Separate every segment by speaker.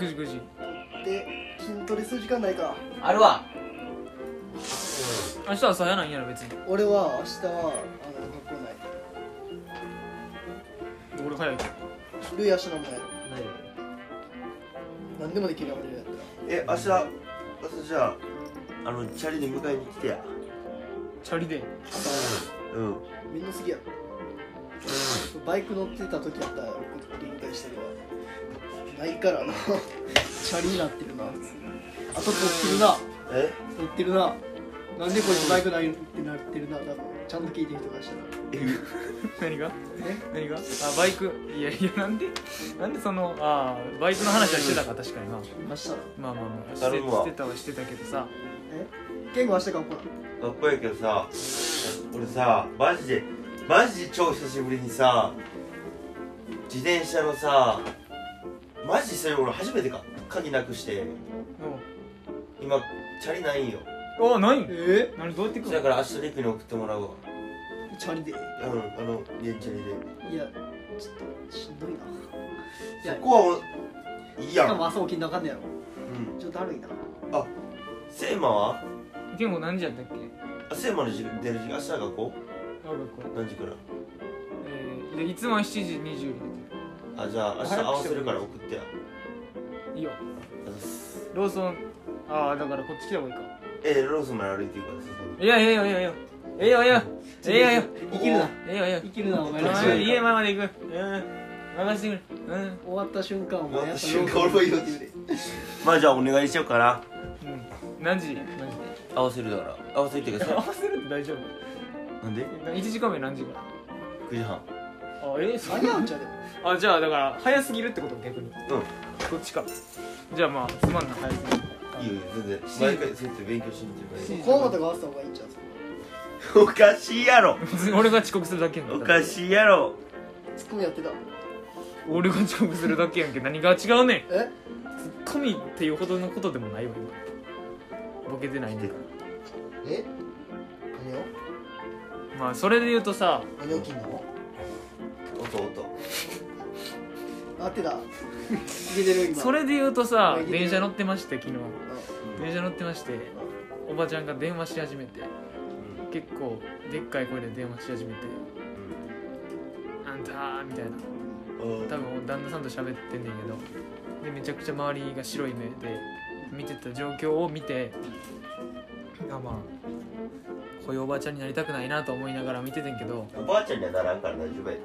Speaker 1: 食事
Speaker 2: で筋トレする時間ないから
Speaker 3: あるわ
Speaker 1: 明日朝やなんやろ別に
Speaker 2: 俺は明日はあの学校ない
Speaker 1: 俺早いけど
Speaker 2: ルイ明日なんもやろ
Speaker 3: ないよ
Speaker 2: 何でもできるよ俺らやったら
Speaker 4: え明日明日じゃああのチャリで迎えに来てや
Speaker 1: チャリで
Speaker 4: うん
Speaker 2: みんな好きやろバイク乗ってた時やったら理解したけどないからなチャリになってるなあと乗ってるな
Speaker 4: え
Speaker 2: 乗ってるななんでこいつバイクないってなってるな多分ちゃんと聞いてる人がしたら
Speaker 4: え
Speaker 1: 何が
Speaker 2: え
Speaker 1: 何があバイクいやいやなんでなんでそのあーバイクの話はしてたか確かにな
Speaker 2: 明日な
Speaker 1: まあまあまあして
Speaker 4: 頼むわ
Speaker 1: してたはしてたけどさ
Speaker 2: え健吾明日学校な
Speaker 4: 学校やけどさ俺さマジでマジで超久しぶりにさ自転車のさマジでそれ俺初めてか鍵なくして今チャリないんよ
Speaker 1: おあないん
Speaker 2: え
Speaker 1: 何どうやって行く
Speaker 4: だ
Speaker 1: の
Speaker 4: から明日リクに送ってもらうわ
Speaker 2: チャリでい
Speaker 4: うんあの家チャリで
Speaker 2: やちょっとしんどいな
Speaker 4: そこはおいいや
Speaker 2: しかも
Speaker 4: ん
Speaker 2: 朝起きんなあかんねやろ
Speaker 4: うん
Speaker 2: ちょっとだるいな
Speaker 4: セーマは
Speaker 1: 健吾何時やったっけ
Speaker 4: あセーマの時間出る時間明日学校
Speaker 1: あ学校
Speaker 4: 何時から
Speaker 1: えー、でいつもは7時20時
Speaker 4: あじゃあ明日合わせるから送ってや
Speaker 1: 出てるいいよ
Speaker 4: あざっす
Speaker 1: ローソンああだからこっち来た方がいいか
Speaker 4: えローソンまで歩いてい くからさ
Speaker 1: いやいやいやいやいやええよええよええよええよ
Speaker 2: 生きるな
Speaker 1: ええよええよ
Speaker 2: 生きるなお前ら
Speaker 4: マ
Speaker 2: し
Speaker 4: ジで
Speaker 1: あ
Speaker 2: い
Speaker 1: ー家前まで行くうん任せてくれうん
Speaker 2: 終わった瞬間お前やっぱ
Speaker 4: 終わった瞬間俺も言おうとしてまあじゃあお願いしようかな
Speaker 1: うん何時何時
Speaker 4: 合わせるだから合わせるっていうか
Speaker 1: 合
Speaker 4: さ
Speaker 1: わせるって大丈夫
Speaker 4: なんで
Speaker 1: 1時間目何時から
Speaker 4: 9時半
Speaker 1: あえそ
Speaker 2: 間に合うんちゃうでも
Speaker 1: あじゃあだから早すぎるってこと逆に
Speaker 4: うん
Speaker 1: こっちかじゃあまあつまんない早すぎる
Speaker 4: いいよいいよ全然毎回そうやって勉強しに行ってる
Speaker 2: 河本が合わせた方がいいんちゃう
Speaker 4: からおかしいやろ
Speaker 1: 別に俺が遅刻するだけやん
Speaker 4: おか
Speaker 1: い
Speaker 4: しいやろ
Speaker 2: ツッコミやってた
Speaker 1: 俺が遅刻するだけやんけ何が違うねん
Speaker 2: え
Speaker 1: ツッコミっていうほどのことでもないわ今ボケてないねんから
Speaker 2: え何を
Speaker 1: まあそれで言うとさ
Speaker 2: 何を切んの
Speaker 4: 音音
Speaker 2: 合 ってたいけてる今
Speaker 1: それで言うとさ
Speaker 2: まあ
Speaker 1: 電車乗ってまして昨日
Speaker 4: うん
Speaker 1: 電車乗ってましておばちゃんが電話し始めて
Speaker 4: うん
Speaker 1: 結構でっかい声で電話し始めて「あんた」みたいな
Speaker 4: うん
Speaker 1: 多分旦那さんと喋ってんねんけどでめちゃくちゃ周りが白い目で見てた状況を見てあまあこういうおばあちゃんになりたくないなと思いながら見ててんけど
Speaker 4: おばあちゃんにはならんから大丈夫や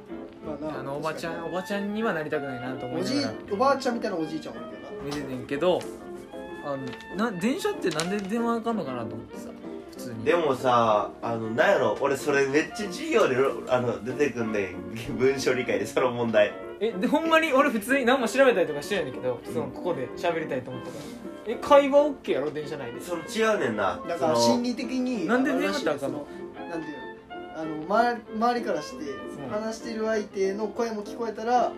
Speaker 2: まあな
Speaker 1: あのおばちゃんおばちゃんにはなりたくないなと思
Speaker 2: お
Speaker 1: いな
Speaker 2: じい
Speaker 1: がら
Speaker 2: おばあちゃんみたいなおじいちゃんおるけどな
Speaker 1: 見ててんけどあのな電車ってなんで電話あかんのかなと思ってさ普通に
Speaker 4: でもさあのなんやろ俺それめっちゃ授業であの出てくんねん文章理解でその問題
Speaker 1: えでほんまに俺普通に何も調べたりとかしてないんだけどそのここで喋りたいと思ったからえ会話 OK やろ電車内で
Speaker 4: その違うねんな
Speaker 2: だから
Speaker 4: そ
Speaker 2: 心
Speaker 4: の
Speaker 2: 理的に
Speaker 1: なんで
Speaker 2: あれ
Speaker 1: 電
Speaker 2: ら
Speaker 1: 話
Speaker 2: し
Speaker 1: し
Speaker 2: い
Speaker 1: たら
Speaker 2: よ
Speaker 1: あか
Speaker 2: そ
Speaker 1: んの
Speaker 2: のなんていうのあの周り周りからして
Speaker 1: うん
Speaker 2: 話してる相手の声も聞こえたらなんか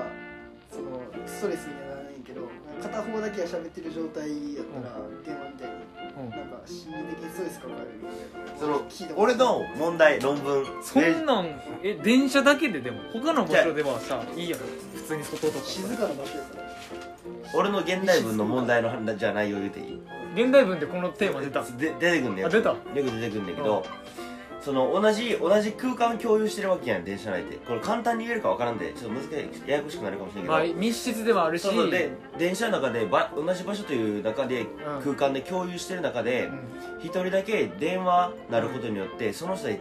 Speaker 1: うん
Speaker 2: そのストレスにはならないけど片方だけが喋ってる状態やったら電話みたいに
Speaker 1: うん
Speaker 2: なんか心理的にストレス抱えるみたいな
Speaker 4: その
Speaker 2: 聞いたこと
Speaker 4: 俺の問題論文
Speaker 1: そ
Speaker 4: で
Speaker 1: んなんえ電車だけででも他の場所ではさいいやろ普通に外とか
Speaker 2: 静かな場所やから
Speaker 4: 俺の現代文の問題の話じゃないよ言うていい
Speaker 1: 現代文でこのテーマ出た
Speaker 4: で出てくんねん
Speaker 1: あ出た
Speaker 4: よく出てくんねんけど、その同じ同じ空間を共有してるわけやん電車内ってこれ簡単に言えるか分からんでちょっと難しいややこしくなるかもしれんけど、
Speaker 1: まあ密室ではあるし
Speaker 4: そうそうで電車の中でば同じ場所という中で、空間で共有してる中で
Speaker 1: うん
Speaker 4: 一人だけ電話なることによってその人に違う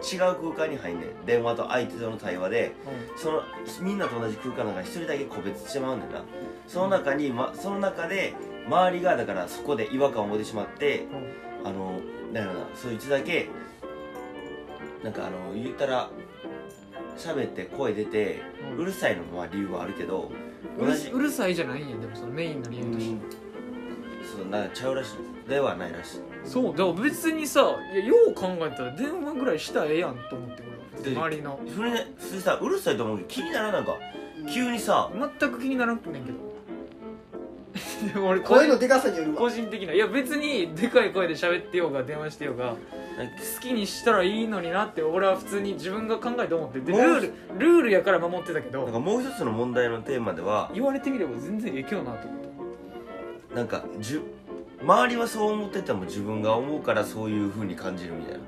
Speaker 4: 空間に入んねん電話と相手との対話でそのみんなと同じ空間の中に一人だけ個別してまうんだよなその中に、ま、その中で周りがだからそこで違和感を持ってしまって
Speaker 1: うん
Speaker 4: あのなんやろなそいつだけなんかあの言ったら喋って声出て
Speaker 1: うん
Speaker 4: うるさいのもまあ理由はあるけど
Speaker 1: う
Speaker 4: 同
Speaker 1: る
Speaker 4: じ
Speaker 1: うるさいじゃないんやでもそのメインの理由として
Speaker 4: そうなんかちゃうらしいではないらしい
Speaker 1: そうだから別にさいやよう考えたら電話ぐらいしたらええやんと思って俺は周りの
Speaker 4: それね普通さうるさいと思うけど気にならんなんか
Speaker 2: うん
Speaker 4: 急にさ
Speaker 1: 全く気にならんくねんけど でも俺個
Speaker 2: 声
Speaker 1: 人
Speaker 2: のでかさによる
Speaker 1: 個
Speaker 2: わ
Speaker 1: 人的ないや別にでかい声で喋ってようが電話してようが
Speaker 4: なんか
Speaker 1: 好きにしたらいいのになって俺は普通に自分が考えて思ってでル
Speaker 4: もう
Speaker 1: ールルールやから守ってたけ
Speaker 4: なんか
Speaker 1: ど
Speaker 4: もう一つの問題のテーマでは
Speaker 1: 言われてみれば全然ええけどなと思っ
Speaker 4: なんかじゅ周りはそう思ってても自分が思うからそういう風に感じるみたいな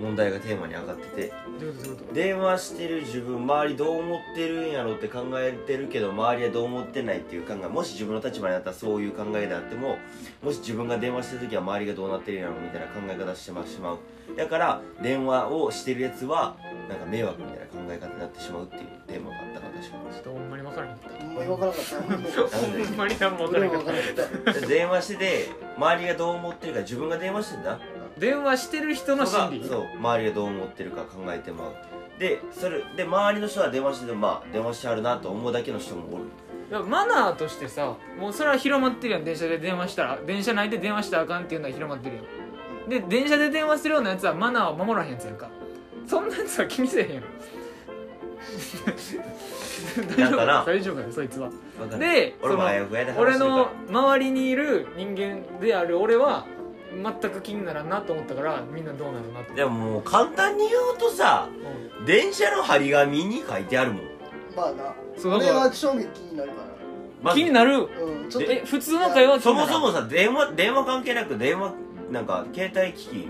Speaker 4: 問題がテーマに上がってて
Speaker 1: どういうことどういうこ
Speaker 4: 電話してる自分周りどう思ってるんやろって考えてるけど周りはどう思ってないっていう考えもし自分の立場になったらそういう考えであってももし自分が電話してる時は周りがどうなってるんやろみたいな考え方してしまうだから電話をしてるやつはなんか迷惑みたいな考え方になってしまうっていうテーマがあったから確か
Speaker 1: とちょっとほんまに分 からへんかっ
Speaker 2: あんまり分からなかった
Speaker 1: たほんまに何も分か
Speaker 2: 俺
Speaker 1: らへん
Speaker 2: も分か
Speaker 1: かっ
Speaker 2: らなかった
Speaker 4: に電話してて周りがどう思ってるか自分が電話してんだ
Speaker 1: た電話してる人の
Speaker 4: そう
Speaker 1: 心理
Speaker 4: そう周りがどう思ってるか考えてもらうでそれで周りの人は電話しててもまあ電話してはるなと思うだけの人もおる
Speaker 1: だからマナーとしてさもうそれは広まってるやん電車で電話したら電車内で電話したらあかんっていうのは広まってるやんで電車で電話するようなやつはマナーを守らへんやつやんかそんなやつは気にせえへんや ろ大丈夫
Speaker 4: なんかな
Speaker 1: 大丈夫やろそいつは
Speaker 4: わかる
Speaker 1: で
Speaker 4: 俺
Speaker 1: そ
Speaker 4: も
Speaker 1: の
Speaker 4: あやふやで話して
Speaker 1: 俺
Speaker 4: るから
Speaker 1: の周りにいる人間である俺は全く気にならんなと思ったからみんなどうなるなって
Speaker 4: でももう簡単に言うとさ
Speaker 1: う
Speaker 4: 電車の張り紙に書いてあるもん、
Speaker 2: まあな
Speaker 1: そうだから
Speaker 2: 俺は正面気になるか
Speaker 4: ま
Speaker 1: ん
Speaker 4: ず
Speaker 1: 気になる
Speaker 2: らうんちょっと
Speaker 1: え普通の会話は気
Speaker 4: そ
Speaker 1: になら
Speaker 4: も
Speaker 1: ん
Speaker 4: そもさ電話電話関係なく電話なんか携帯機器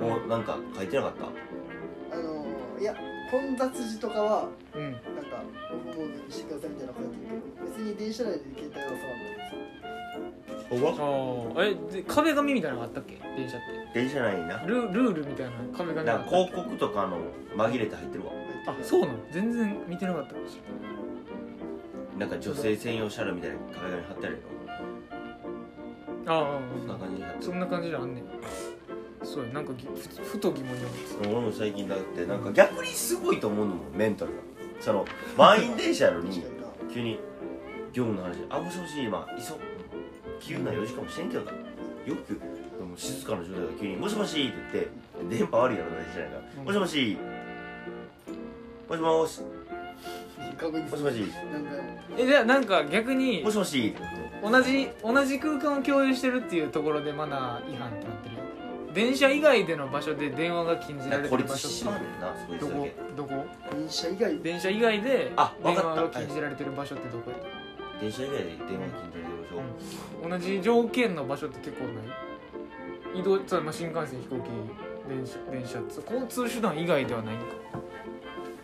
Speaker 4: をなんか書いてなかった、
Speaker 2: あのーいや混雑時とかは
Speaker 1: うん
Speaker 2: なんかオフモードにしてくださいみたいなことやってるけど別に電車内で携帯は触らない
Speaker 1: あーえで壁紙みたいなのがあったっけ電車って
Speaker 4: 電車ないな
Speaker 1: ルルールみたいな壁紙が
Speaker 4: なんか広告とかの紛れて入ってるわ
Speaker 1: あそうなの全然見てなかったかもしれ
Speaker 4: なんか女性専用車両みたいな壁紙貼ってあるよ
Speaker 1: ないああ
Speaker 4: そんな感じになって
Speaker 1: そ
Speaker 4: る
Speaker 1: んな感じであんねんそうやなんかぎふつふと疑問に思って
Speaker 4: 俺も最近だってなんか逆にすごいと思うのもんメンタルがその満員電車やの
Speaker 2: 確
Speaker 4: に
Speaker 2: かにな
Speaker 4: 急に業務の話であもしもし今急急な用事かもしれんけどなよくでも静かな状態で急に「もしもし」って言って電波悪いやろ大事じゃないか
Speaker 1: う
Speaker 4: ら
Speaker 1: ん
Speaker 4: 「もしもし」もしもし、
Speaker 2: 確認
Speaker 4: もしもし、
Speaker 2: なんか
Speaker 1: たえじゃあなんか逆に
Speaker 4: もしもし、
Speaker 1: 同じ同じ空間を共有してるっていうところでマナー違反ってなってるよ電車以外での場所で電話が禁じら
Speaker 4: なん
Speaker 1: れて
Speaker 4: か孤
Speaker 1: る
Speaker 4: 立
Speaker 1: 場
Speaker 4: してし
Speaker 1: 所
Speaker 4: ま
Speaker 1: っ
Speaker 4: うねんな、そ
Speaker 1: て
Speaker 4: いつ
Speaker 1: ど
Speaker 4: だ
Speaker 1: こ
Speaker 4: け。
Speaker 1: どこ
Speaker 2: 電車以外
Speaker 1: 電車以外で
Speaker 4: あわ
Speaker 1: 電
Speaker 4: かった
Speaker 1: 話が禁じられてる場所ってどこや
Speaker 4: 電車以外で電話禁じられるでしょ。
Speaker 1: 同じ条件の場所って結構ない移動つまりまあ新幹線飛行機電車電車つ交通手段以外ではないんか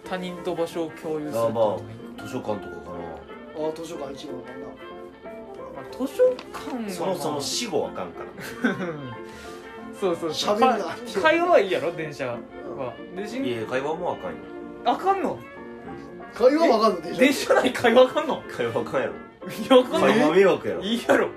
Speaker 1: 他人と場所を共有するってことないんか
Speaker 4: 図書館とかか
Speaker 2: ああ図書館一番かな
Speaker 1: まあ、図書館は、まあ、
Speaker 4: な。そもそも死後あかんから。
Speaker 1: そうそうそ
Speaker 2: 喋
Speaker 1: う
Speaker 2: るな
Speaker 1: か会話はいいやろ電車はで
Speaker 4: い
Speaker 1: 新
Speaker 4: や、会話もあかんよ。
Speaker 1: あかんの
Speaker 2: 会話わかんの電車
Speaker 1: 電車内会話あかんの
Speaker 4: 会話あかんやろ。
Speaker 1: いやあかん
Speaker 4: 会
Speaker 1: の
Speaker 4: 話迷惑やろ。
Speaker 1: いいやろ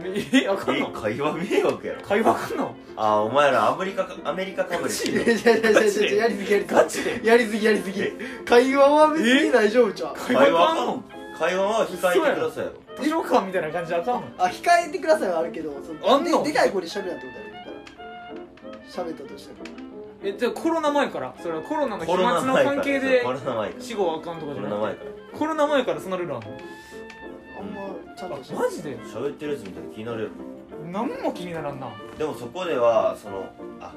Speaker 1: えあかん
Speaker 4: え
Speaker 1: の
Speaker 4: 会話迷惑やろ。
Speaker 1: 会話あかんの
Speaker 4: あーお前らアメリカかアメリカかぶりしてる
Speaker 2: いやいやいやいやいややりすぎやりす
Speaker 1: ガチで
Speaker 2: ぎやりすぎやりすぎ会話は別に大丈夫じゃん
Speaker 1: 会話あか
Speaker 4: 会話
Speaker 1: ん
Speaker 4: か
Speaker 1: の
Speaker 4: ん会話は控えてくださいよ
Speaker 1: 図書館みたいな感じであかんの
Speaker 2: あ控えてくださいはあるけどそ
Speaker 1: あんの
Speaker 2: ででかい声で喋らんってことやる喋ったとしても
Speaker 1: えじゃあコロナ前からそれはコロナの飛
Speaker 4: コロナ
Speaker 1: 沫の
Speaker 4: 前か
Speaker 1: 関係
Speaker 4: ら
Speaker 1: で
Speaker 4: コロナ前から
Speaker 1: 死後はあかんとか
Speaker 4: コ
Speaker 1: じゃ
Speaker 4: ロ
Speaker 1: な
Speaker 4: ナ前
Speaker 1: く
Speaker 4: か
Speaker 1: てコロナ前からそんなルールあんの
Speaker 2: あんまちゃん
Speaker 1: あ
Speaker 2: として
Speaker 1: マジで
Speaker 4: ら喋ってるやつみたいに気になるよ
Speaker 1: 何も気にならんな、
Speaker 4: でもそこではそのあ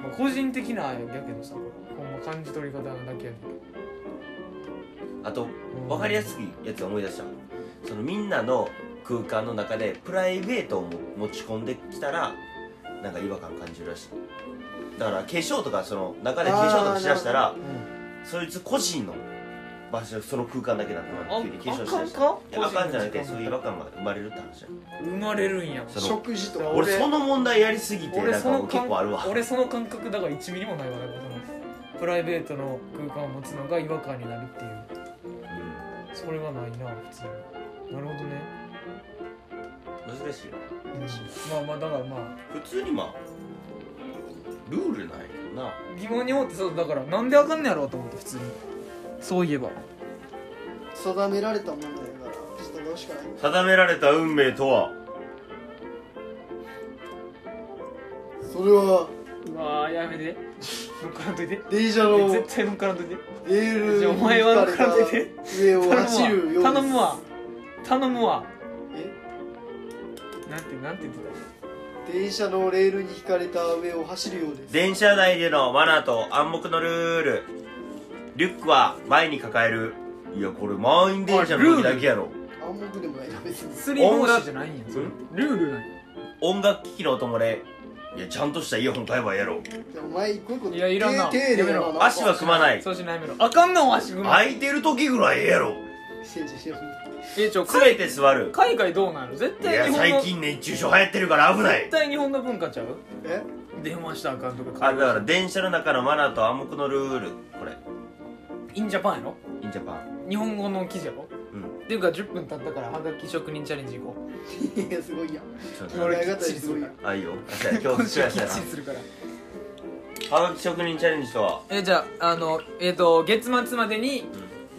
Speaker 1: まあ、個人的なやけどさほんま感じ取り方だけやねんけ
Speaker 4: あ
Speaker 1: ど
Speaker 4: と分かりやすいやつ思い出したそのみんなの空間の中でプライベートを持ち込んできたらなんか違和感感じるらしいだから化粧とかその中で化粧とかしだしたら
Speaker 1: うん
Speaker 4: そいつ個人の場所その空間だけだった
Speaker 1: あ
Speaker 4: のに急に化粧し
Speaker 1: あ
Speaker 4: だ
Speaker 1: ん
Speaker 4: したら
Speaker 1: か
Speaker 4: いやあかんじゃなくて
Speaker 1: 個人
Speaker 4: そ
Speaker 1: の
Speaker 4: ういう違和感が生まれるって話だよ
Speaker 1: 生まれるんや
Speaker 4: その
Speaker 2: 食事とか
Speaker 4: 俺その問題やりすぎて
Speaker 1: 俺
Speaker 4: なん
Speaker 1: そ
Speaker 4: か
Speaker 1: の
Speaker 4: 結構あるわ
Speaker 1: 俺その感覚だから1ミリもないわだからそのプライベートの空間を持つのが違和感になるっていう
Speaker 4: うん
Speaker 1: それはないな普通になるほどね、
Speaker 4: 難しいよ
Speaker 1: うん、まあまあだからまあ
Speaker 4: 普通にまあルールないけどな
Speaker 1: 疑問に思ってそうだからなんであかんねやろうと思って普通にそういえば
Speaker 2: 定められたもんだから従うしかない
Speaker 4: 定められた運命とは
Speaker 2: それは
Speaker 1: うわーやめて乗っからんといて
Speaker 2: 電車のエ
Speaker 1: 絶対乗っからんといて
Speaker 2: ール
Speaker 1: じゃあお前は乗っからんといて
Speaker 2: 上
Speaker 1: 頼
Speaker 2: を
Speaker 1: むわ
Speaker 2: 走るようです
Speaker 1: 頼むわ頼むわ
Speaker 2: え
Speaker 1: なんてなんて言って
Speaker 2: 電車のレールに引かれた上を走るようです
Speaker 4: 電車内でのマナーと暗黙のルールリュックは前に抱えるいやこれ満員電車の時だけやろ
Speaker 2: あ暗黙でもないな別に
Speaker 1: スリー方式じゃないんやそれルールなんや
Speaker 4: 音楽機器の音漏れいやちゃんとしたイヤホン買えばええやろ
Speaker 2: いやお前一個一個
Speaker 1: いやいらんな
Speaker 2: 丁丁寧や
Speaker 1: やめ
Speaker 2: な
Speaker 4: 足は組まない
Speaker 1: そうしないめろあかんの足組む
Speaker 4: 空いてる時ぐらいええやろ
Speaker 2: せんじしてる
Speaker 1: えちょ
Speaker 4: つれて座る
Speaker 1: 海外どうなの絶
Speaker 4: い
Speaker 1: 対
Speaker 4: や
Speaker 1: 日本の
Speaker 4: 最近熱中症流行ってるから危ない
Speaker 1: 絶対日本の文化ちゃう
Speaker 2: え
Speaker 1: 電話したらあかんとか
Speaker 4: あだから電車の中のマナーと暗黙のルールこれ
Speaker 1: インジャパンやろ
Speaker 4: インジャパン
Speaker 1: 日本語の記事やろ
Speaker 4: うん
Speaker 1: っていうか10分経ったからはがき職人チャレンジ行こう
Speaker 2: いやすごいやん
Speaker 4: ちょっ
Speaker 2: 考
Speaker 4: と
Speaker 1: 俺
Speaker 2: え方すごいやん
Speaker 4: あいいよあそうや今日そうやそう
Speaker 1: きっ
Speaker 4: や
Speaker 1: ちりするから
Speaker 4: なはがき職人チャレンジとは
Speaker 1: えじゃああのえっ、と月末までに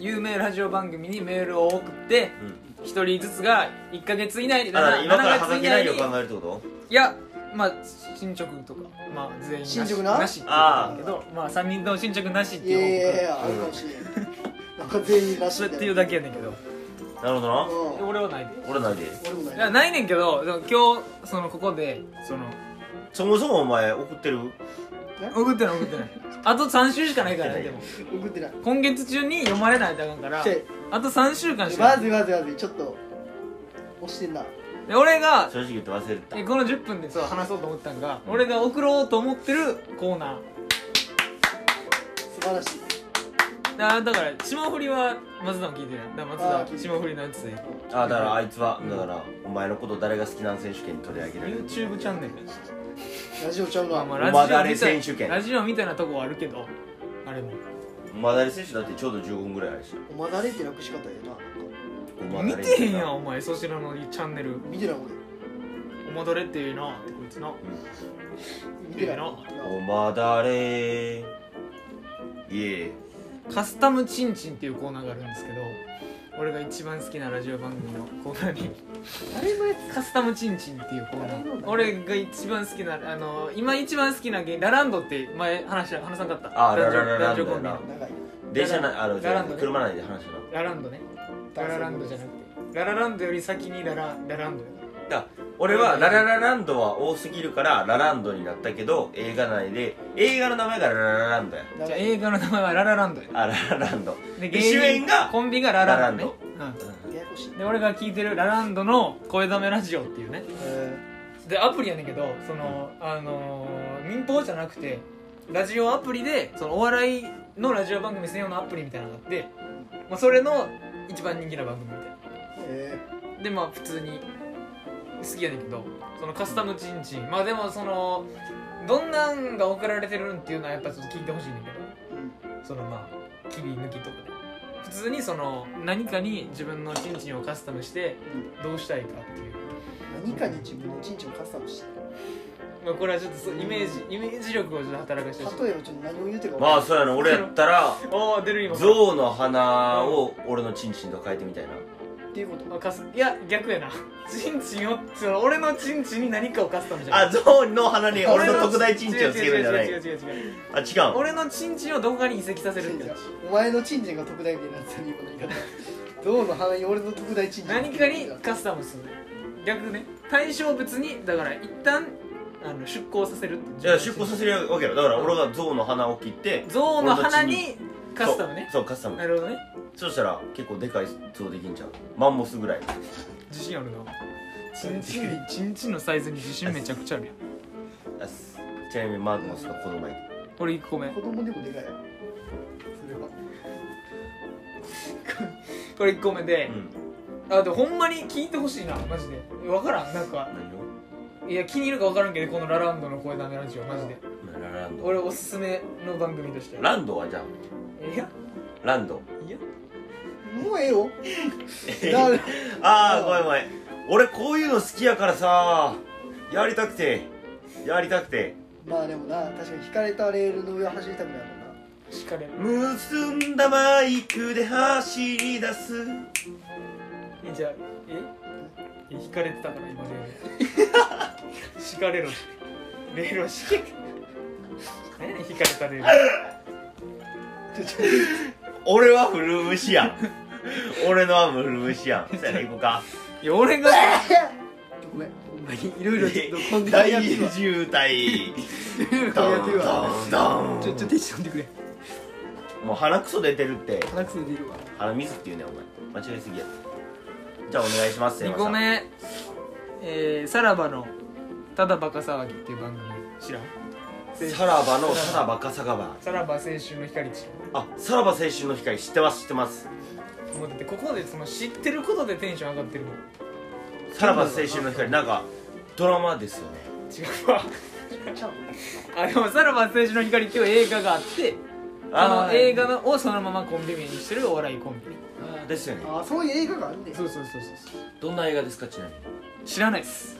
Speaker 4: うん
Speaker 1: 有名ラジオ番組にメールを送って
Speaker 4: うん
Speaker 1: 一人ずつが1か月以内で
Speaker 4: あだから今から
Speaker 1: 7
Speaker 4: はが
Speaker 1: 月以
Speaker 4: き内
Speaker 1: 内
Speaker 4: 容
Speaker 1: に
Speaker 4: 考えるってこと
Speaker 1: いやまあ進捗とかまあ全員なし
Speaker 2: 進捗な
Speaker 1: なしって言
Speaker 4: あ
Speaker 1: う
Speaker 4: ー
Speaker 1: けどまあ3人とも進捗なしって
Speaker 2: いやい
Speaker 1: いう報
Speaker 2: やい
Speaker 1: 告
Speaker 2: やあるかもしれんなんか全員なし
Speaker 1: それっていうだけやねんけど
Speaker 4: なるほどな
Speaker 2: うん
Speaker 1: 俺はないで
Speaker 4: 俺なんで
Speaker 2: 俺もない
Speaker 1: いやないねんけどでも今日そのここでその
Speaker 4: そもそもお前送ってる
Speaker 1: 送ってない送っ てないあと3週しかないからねでも
Speaker 2: 送ってない
Speaker 1: 今月中に読まれないとあかんから
Speaker 2: ちょい
Speaker 1: あと3週間しか
Speaker 2: ま
Speaker 1: な
Speaker 2: ずいまずいまずいちょっと押してんな
Speaker 1: いで俺が
Speaker 4: 正直言って忘れてた
Speaker 1: えこの10分でそう話そうと思ったんが俺が送ろうと思ってるコーナ
Speaker 2: 素晴らしい
Speaker 1: ーだだから霜降りは松田も聞いてるやんだから松
Speaker 2: あ
Speaker 1: 田
Speaker 2: ー
Speaker 1: は
Speaker 2: 聞いてる
Speaker 1: 霜降りのやつで
Speaker 4: あだからあいつは
Speaker 1: うん
Speaker 4: だからお前のこと誰が好きなん選手権に取り上げられる
Speaker 1: YouTube チャンネル
Speaker 2: ラジオちゃう
Speaker 1: まあ
Speaker 2: な
Speaker 1: まあラ
Speaker 4: お前
Speaker 1: ジオ
Speaker 4: 誰
Speaker 1: みた
Speaker 4: 選手
Speaker 1: い
Speaker 4: 権
Speaker 1: ラジオみたいなとこはあるけどあれも
Speaker 4: お前誰選手だってちょうど15分ぐらいあるし
Speaker 2: お前慣れてなくしかったやな
Speaker 4: お
Speaker 1: 見
Speaker 4: 前誰
Speaker 1: てへんやんお前そちらのチャンネル
Speaker 2: 見てない俺
Speaker 1: おまどれっていうなってこいつの
Speaker 2: 見てない
Speaker 1: 見
Speaker 4: おまだれいえ
Speaker 1: カスタムチンチンっていうコーナーがあるんですけど俺が一番好きなラジオ番組のコーナーに
Speaker 2: 誰もや
Speaker 1: カスタムチンチンっていうコーナ
Speaker 2: あれなん
Speaker 1: ー
Speaker 2: だ
Speaker 1: 俺が一番好きなあの今一番好きな芸ラランドって前話した話さんかった
Speaker 4: あ
Speaker 1: ラ
Speaker 4: ラララランド
Speaker 1: 男女コンビ
Speaker 4: や
Speaker 1: の
Speaker 4: な
Speaker 2: 長い
Speaker 4: 電車なあのじゃ
Speaker 1: ララ
Speaker 4: あ
Speaker 1: ンドね
Speaker 4: 車内で話し
Speaker 1: ラランドねララランドじゃなくてララランドより先にラララランド
Speaker 4: たな俺はラララランドは多すぎるからラランドになったけど映画内で映画の名前がラララランドや
Speaker 1: じゃあ映画の名前はララランドや
Speaker 4: あララランド
Speaker 1: で
Speaker 4: で主演が
Speaker 1: コンビがラランドね
Speaker 2: ややこしい
Speaker 1: うんで俺が聞いてるラランドの声だめラジオっていうね
Speaker 2: え
Speaker 1: でアプリやねんけどその、あのー民放じゃなくてラジオアプリでそのお笑いのラジオ番組専用のアプリみたいなのがあって、まあ、それの一番人気な番組みたい
Speaker 2: え
Speaker 1: なでまあ普通に好きやねんけどそのカスタムチンチンまあでもそのどんなんが送られてるんっていうのはやっぱちょっと聞いてほしいねんだけどそのまあ切り抜きとかで普通にその何かに自分のチンチンをカスタムしてどうしたいかっていう
Speaker 2: 何かに自分のチンチンをカスタムして
Speaker 1: まあこれはちょっとそうイメージイメージ力をちょっと働かせてほしい
Speaker 2: 例えばちょっと何を言うてるか
Speaker 4: まあ
Speaker 2: 分
Speaker 4: そうやな俺やったら
Speaker 1: おお出る今
Speaker 4: 象の鼻を俺のチンチンと変えてみたいな
Speaker 2: からんっていうこと
Speaker 1: あカスいや逆やなチンチンをその俺のチンチンに何かを貸したんじゃない
Speaker 4: あ象の鼻に俺の
Speaker 1: の
Speaker 4: 特大チンチンをつけるんじゃな
Speaker 1: 違う
Speaker 4: い
Speaker 1: 違う違う違う違う
Speaker 4: あ違う
Speaker 1: 俺のチンチンをどこかに移籍させるんだよ
Speaker 2: お前のチンチンが特大みたいになってたね今の言い方どうの鼻に俺の特大チンチン
Speaker 1: 何かにカスタムする逆ね対象物にだから一旦あの出向させる
Speaker 4: いや出向させるわけよだから俺が象の鼻を切って
Speaker 1: 象の鼻にカスタムね
Speaker 4: そうそうカスタム
Speaker 1: なるほどね
Speaker 4: そしたら結構でかい像できんちゃうマンモスぐらい
Speaker 1: 自信あるなチンチンチンチンのサイズに自信めちゃくちゃあるやん
Speaker 4: あすちなみにマンモスがこの前
Speaker 1: 俺1個目
Speaker 2: 子供でもでかいよそれは
Speaker 1: これ1個目で
Speaker 4: う、ん
Speaker 1: あでもほんまに聞いてほしいなマジで分からんなんか
Speaker 4: 何を
Speaker 1: いや気に入るか分からんけどこの「ラランドの声ダメラジオ」マジで
Speaker 4: ララランド
Speaker 1: 俺おすすめの番組として
Speaker 4: ランドはじゃあ
Speaker 1: いや
Speaker 4: ランド
Speaker 1: いや
Speaker 2: もうええ よだから
Speaker 4: ああごめんごめん俺こういうの好きやからさやりたくてやりたくて
Speaker 2: まあでもな確かに引かれたレールの上を走りたくないもんな
Speaker 1: 惹かれる
Speaker 4: 結んだマイクで走り出す
Speaker 1: えじゃあええ惹かれてたから今レール惹かれろレールは敷け何やねん惹かれたレール
Speaker 2: ちょちょ
Speaker 4: 俺は古虫 やん俺のは古虫やんそやな行こうか
Speaker 1: いや俺が
Speaker 2: ごめんほんまにいろいろちょっと混んで
Speaker 4: 大
Speaker 2: やってるわ
Speaker 4: 渋滞
Speaker 2: いろいろ混んでや
Speaker 4: ド
Speaker 2: って
Speaker 4: ン
Speaker 2: る
Speaker 4: ド
Speaker 2: わ
Speaker 4: ンドン
Speaker 2: ちょちょ手伝ってくれ
Speaker 4: もう鼻くそ出てるって
Speaker 2: 鼻くそ出るわ
Speaker 4: 鼻水って言うねお前間違えすぎやじゃあお願いします
Speaker 1: 2個目、えーさらばの「ただバカ騒ぎ」っていう番組知らん
Speaker 4: セイさんさらばのさらばかさがば
Speaker 1: さらば青春の光知ら
Speaker 4: あさらば青春の光知ってます知ってます
Speaker 1: んもうだってここでその知ってることでテンション上がってるもん
Speaker 4: さらば青春の光なんかドラマですよね
Speaker 1: 違うわあでもさらば青春の光っていう映画があってそ
Speaker 4: あ
Speaker 1: の
Speaker 4: ー
Speaker 1: 映画のをそのままコンビ名にしてるお笑いコンビ
Speaker 4: ですよね
Speaker 2: ああそういう映画があるんで
Speaker 1: そうそうそうそう
Speaker 4: どんな映画ですかちなみに
Speaker 1: 知らないです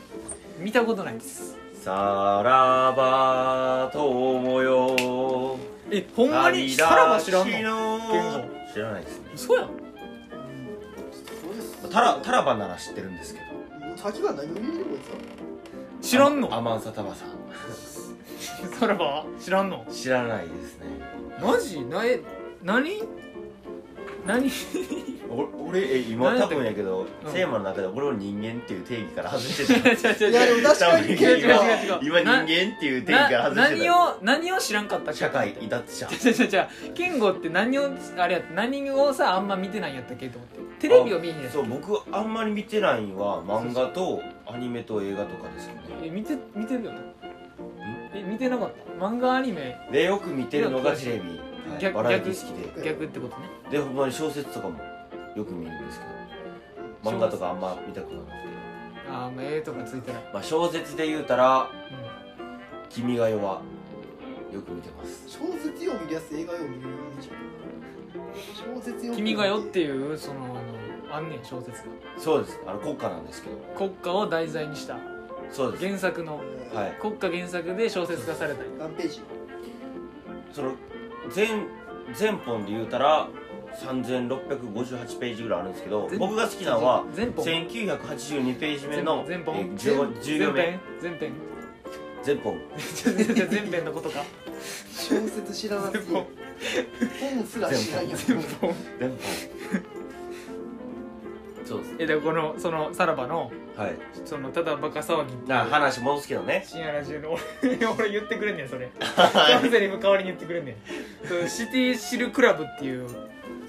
Speaker 1: 見たことないです
Speaker 4: さらばともよ
Speaker 1: えほんまにさらば知らんの
Speaker 4: の知らないですね
Speaker 1: 嘘やん
Speaker 2: そうです
Speaker 4: タラタラバなら知ってるんですけど
Speaker 2: 先は何を見るのこいつは
Speaker 1: 知らんの
Speaker 4: アマンサタバさん
Speaker 1: さらばは知らんの
Speaker 4: 知らないですね
Speaker 1: マジなえ何何
Speaker 4: お俺え今
Speaker 1: 何や
Speaker 4: 多
Speaker 1: ったっけ
Speaker 4: 分やけど
Speaker 1: うん
Speaker 4: テーマの中で俺を人間っていう定義から外してた
Speaker 1: 違う
Speaker 2: いやでも確かに
Speaker 4: 違う
Speaker 1: 違う違う
Speaker 2: 結構
Speaker 1: 違う違う
Speaker 4: 今人
Speaker 1: な
Speaker 4: 間っていう定義か
Speaker 1: な
Speaker 4: ら外し
Speaker 1: 何
Speaker 4: てた
Speaker 1: を何を知らんかったっけ
Speaker 4: 社会離脱者
Speaker 1: 違う違う違うケンゴって何をあれや何をさあんま見てないんやったっけと思ってテレビを見にやった
Speaker 4: そう僕あんまり見てないんは漫画とアニメと映画とかですよね
Speaker 1: え見て見てるよなえ見てなかった漫画アニメ
Speaker 4: でよく見てるのがテレビ、はい
Speaker 1: 逆
Speaker 4: バラエティ好きで
Speaker 1: 逆ってことね
Speaker 4: でほんまに小説とかもよく見るんですけど漫画とかあんま見たことなくて
Speaker 1: あーまあ絵とかついたら、
Speaker 4: まあ小説で言うたら
Speaker 1: う
Speaker 4: 「君が代」はよく見てます
Speaker 2: 小説を見るやつ映画を見るようにしよう小説を
Speaker 1: ん、君が代っていうそのあのあんねん小説が
Speaker 4: そうですあの国家なんですけど
Speaker 1: 国家を題材にした
Speaker 4: そうです
Speaker 1: 原作の
Speaker 4: はいい
Speaker 1: 国家原作で小説化されたり
Speaker 2: 何ページ
Speaker 4: その全全本で言うたら3658ページぐらいあるんですけど
Speaker 1: 全
Speaker 4: 僕が好きなのは
Speaker 1: 全本
Speaker 4: 1982ページ目の
Speaker 1: 全全本
Speaker 4: えー15 14目
Speaker 1: 全編
Speaker 4: 全本
Speaker 1: 全編全編のことか
Speaker 2: 小説知らなくて
Speaker 1: 全本
Speaker 2: 本すら知らんやん
Speaker 1: 全本
Speaker 4: 全 本そうです
Speaker 1: えでこのそのさらばの
Speaker 4: はい
Speaker 1: そのただバカ騒ぎ
Speaker 4: な話戻すけどね
Speaker 1: 深夜ラジオの 俺俺言ってくれんねんそれそのセリフ代わりに言ってくれんねんそうシティシルクラブっていう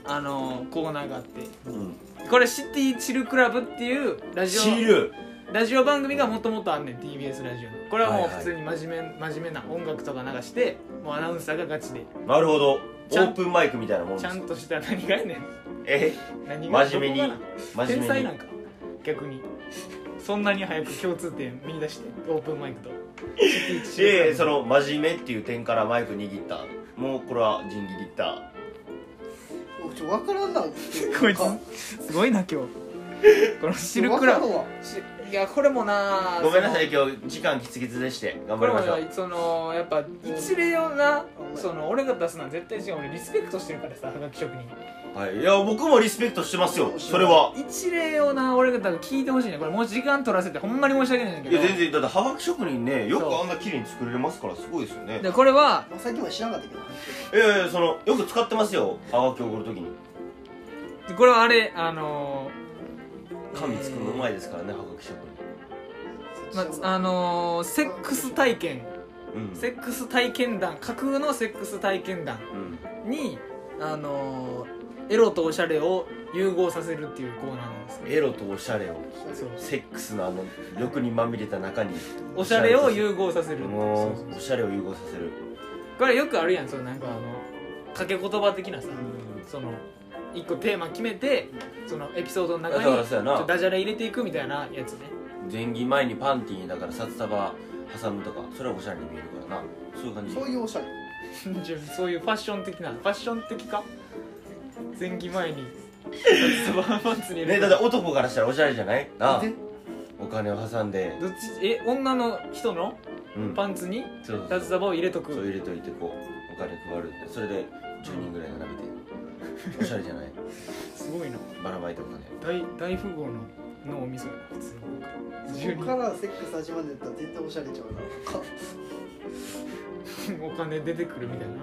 Speaker 1: あのコーナーがあって
Speaker 4: うん
Speaker 1: これシティチルクラブっていうラジ
Speaker 4: シー
Speaker 1: オ
Speaker 4: ル
Speaker 1: ラジオ番組がもともとあんねん TBS ラジオのこれはもう
Speaker 4: はいはい
Speaker 1: 普通に真面目,、真面目な音楽とか流してもうアナウンサーがガチで
Speaker 4: なるほどオ
Speaker 1: ちゃん
Speaker 4: ープンマイクみたいなもん
Speaker 1: ち
Speaker 4: で
Speaker 1: ゃ
Speaker 4: す
Speaker 1: んとした何がやねん
Speaker 4: え
Speaker 1: 何が
Speaker 4: 真面目
Speaker 1: ど
Speaker 4: に
Speaker 1: こがな
Speaker 4: 真
Speaker 1: 天
Speaker 4: 面
Speaker 1: 才
Speaker 4: 目
Speaker 1: な
Speaker 4: に
Speaker 1: んか逆にそんなに早く共通点見出してオープンマイクと シティ
Speaker 4: で
Speaker 1: チ
Speaker 4: そ
Speaker 1: ルクラブ
Speaker 4: の真面目っていう点からマイク握ったもうこれは人切りった
Speaker 2: ちょ分からんなこ
Speaker 1: こいつすごいな今日このシルクラブ
Speaker 2: はい
Speaker 1: やこれもな
Speaker 4: ごめんなさい今日時間キツキツでして頑
Speaker 1: こ
Speaker 4: 張
Speaker 1: れ
Speaker 4: り
Speaker 1: も
Speaker 4: ましょ
Speaker 1: ね
Speaker 4: う
Speaker 1: そのやっぱ一例をな
Speaker 2: うん
Speaker 1: その俺が出すのは絶対違う俺リスペクトしてるからさはがき職人
Speaker 4: はいいや僕もリスペクトしてますよそれは
Speaker 1: 一例をな俺が多分聞いてほしいねこれもう時間取らせてほんまに申し訳ないんだ
Speaker 4: い
Speaker 1: け
Speaker 4: や
Speaker 1: ど
Speaker 4: 全然だってハガキ職人ねよ
Speaker 1: そう
Speaker 4: くあんな綺麗に作れますからすごいですよね
Speaker 1: でこれは
Speaker 2: まあ、最近まで知らなかったけど
Speaker 4: いやいやそのよく使ってますよハガキ送るときに
Speaker 1: これはあれあのー
Speaker 4: 紙作るのうまいですからねハガキ職
Speaker 1: まあ、あのーセックス体験
Speaker 4: 人うん
Speaker 1: セックス体験談架空のセックス体験談
Speaker 4: うん
Speaker 1: にあのーエロとおしゃれを融合させるっていうコーナーなんですけ
Speaker 4: エロとおしゃれを
Speaker 1: どそう
Speaker 4: セックスのあの欲にまみれた中に
Speaker 1: おしゃれを融合させる
Speaker 4: も
Speaker 1: そう
Speaker 4: う
Speaker 1: そ
Speaker 4: お
Speaker 1: うそう
Speaker 4: しゃれを融合させる
Speaker 1: これよくあるやんそのなんかあの掛け言葉的なさその一個テーマ決めてそのエピソードの
Speaker 4: だ
Speaker 1: 中
Speaker 4: か
Speaker 1: に
Speaker 4: らそ
Speaker 1: ちょ
Speaker 4: うや
Speaker 1: っと
Speaker 4: な
Speaker 1: ダジャレ入れていくみたいなやつね
Speaker 4: 前儀前にパンティーにだから札束挟むとかそれはおしゃれに見えるからなそういう感じ
Speaker 2: そういうおしゃれ
Speaker 1: じゃあそういうファッション的なファッション的か前期前 にサバーパンツに入れて
Speaker 4: ねだって男からしたらおしゃれじゃないなあ
Speaker 2: 全
Speaker 4: お金を挟んで
Speaker 1: どっちえ女の人の
Speaker 4: うん
Speaker 1: パンツに
Speaker 4: そうそう
Speaker 1: 札束を入れとく
Speaker 4: そう入れといてこうお金配るそれで10人ぐらい並べておしゃれじゃない
Speaker 1: すごいな
Speaker 4: ばらまいてお金
Speaker 1: 大大富豪ののお店やな普通
Speaker 2: そこからセックス始まるんだったら絶対おしゃれちゃうな
Speaker 1: にお金出てくるみたいな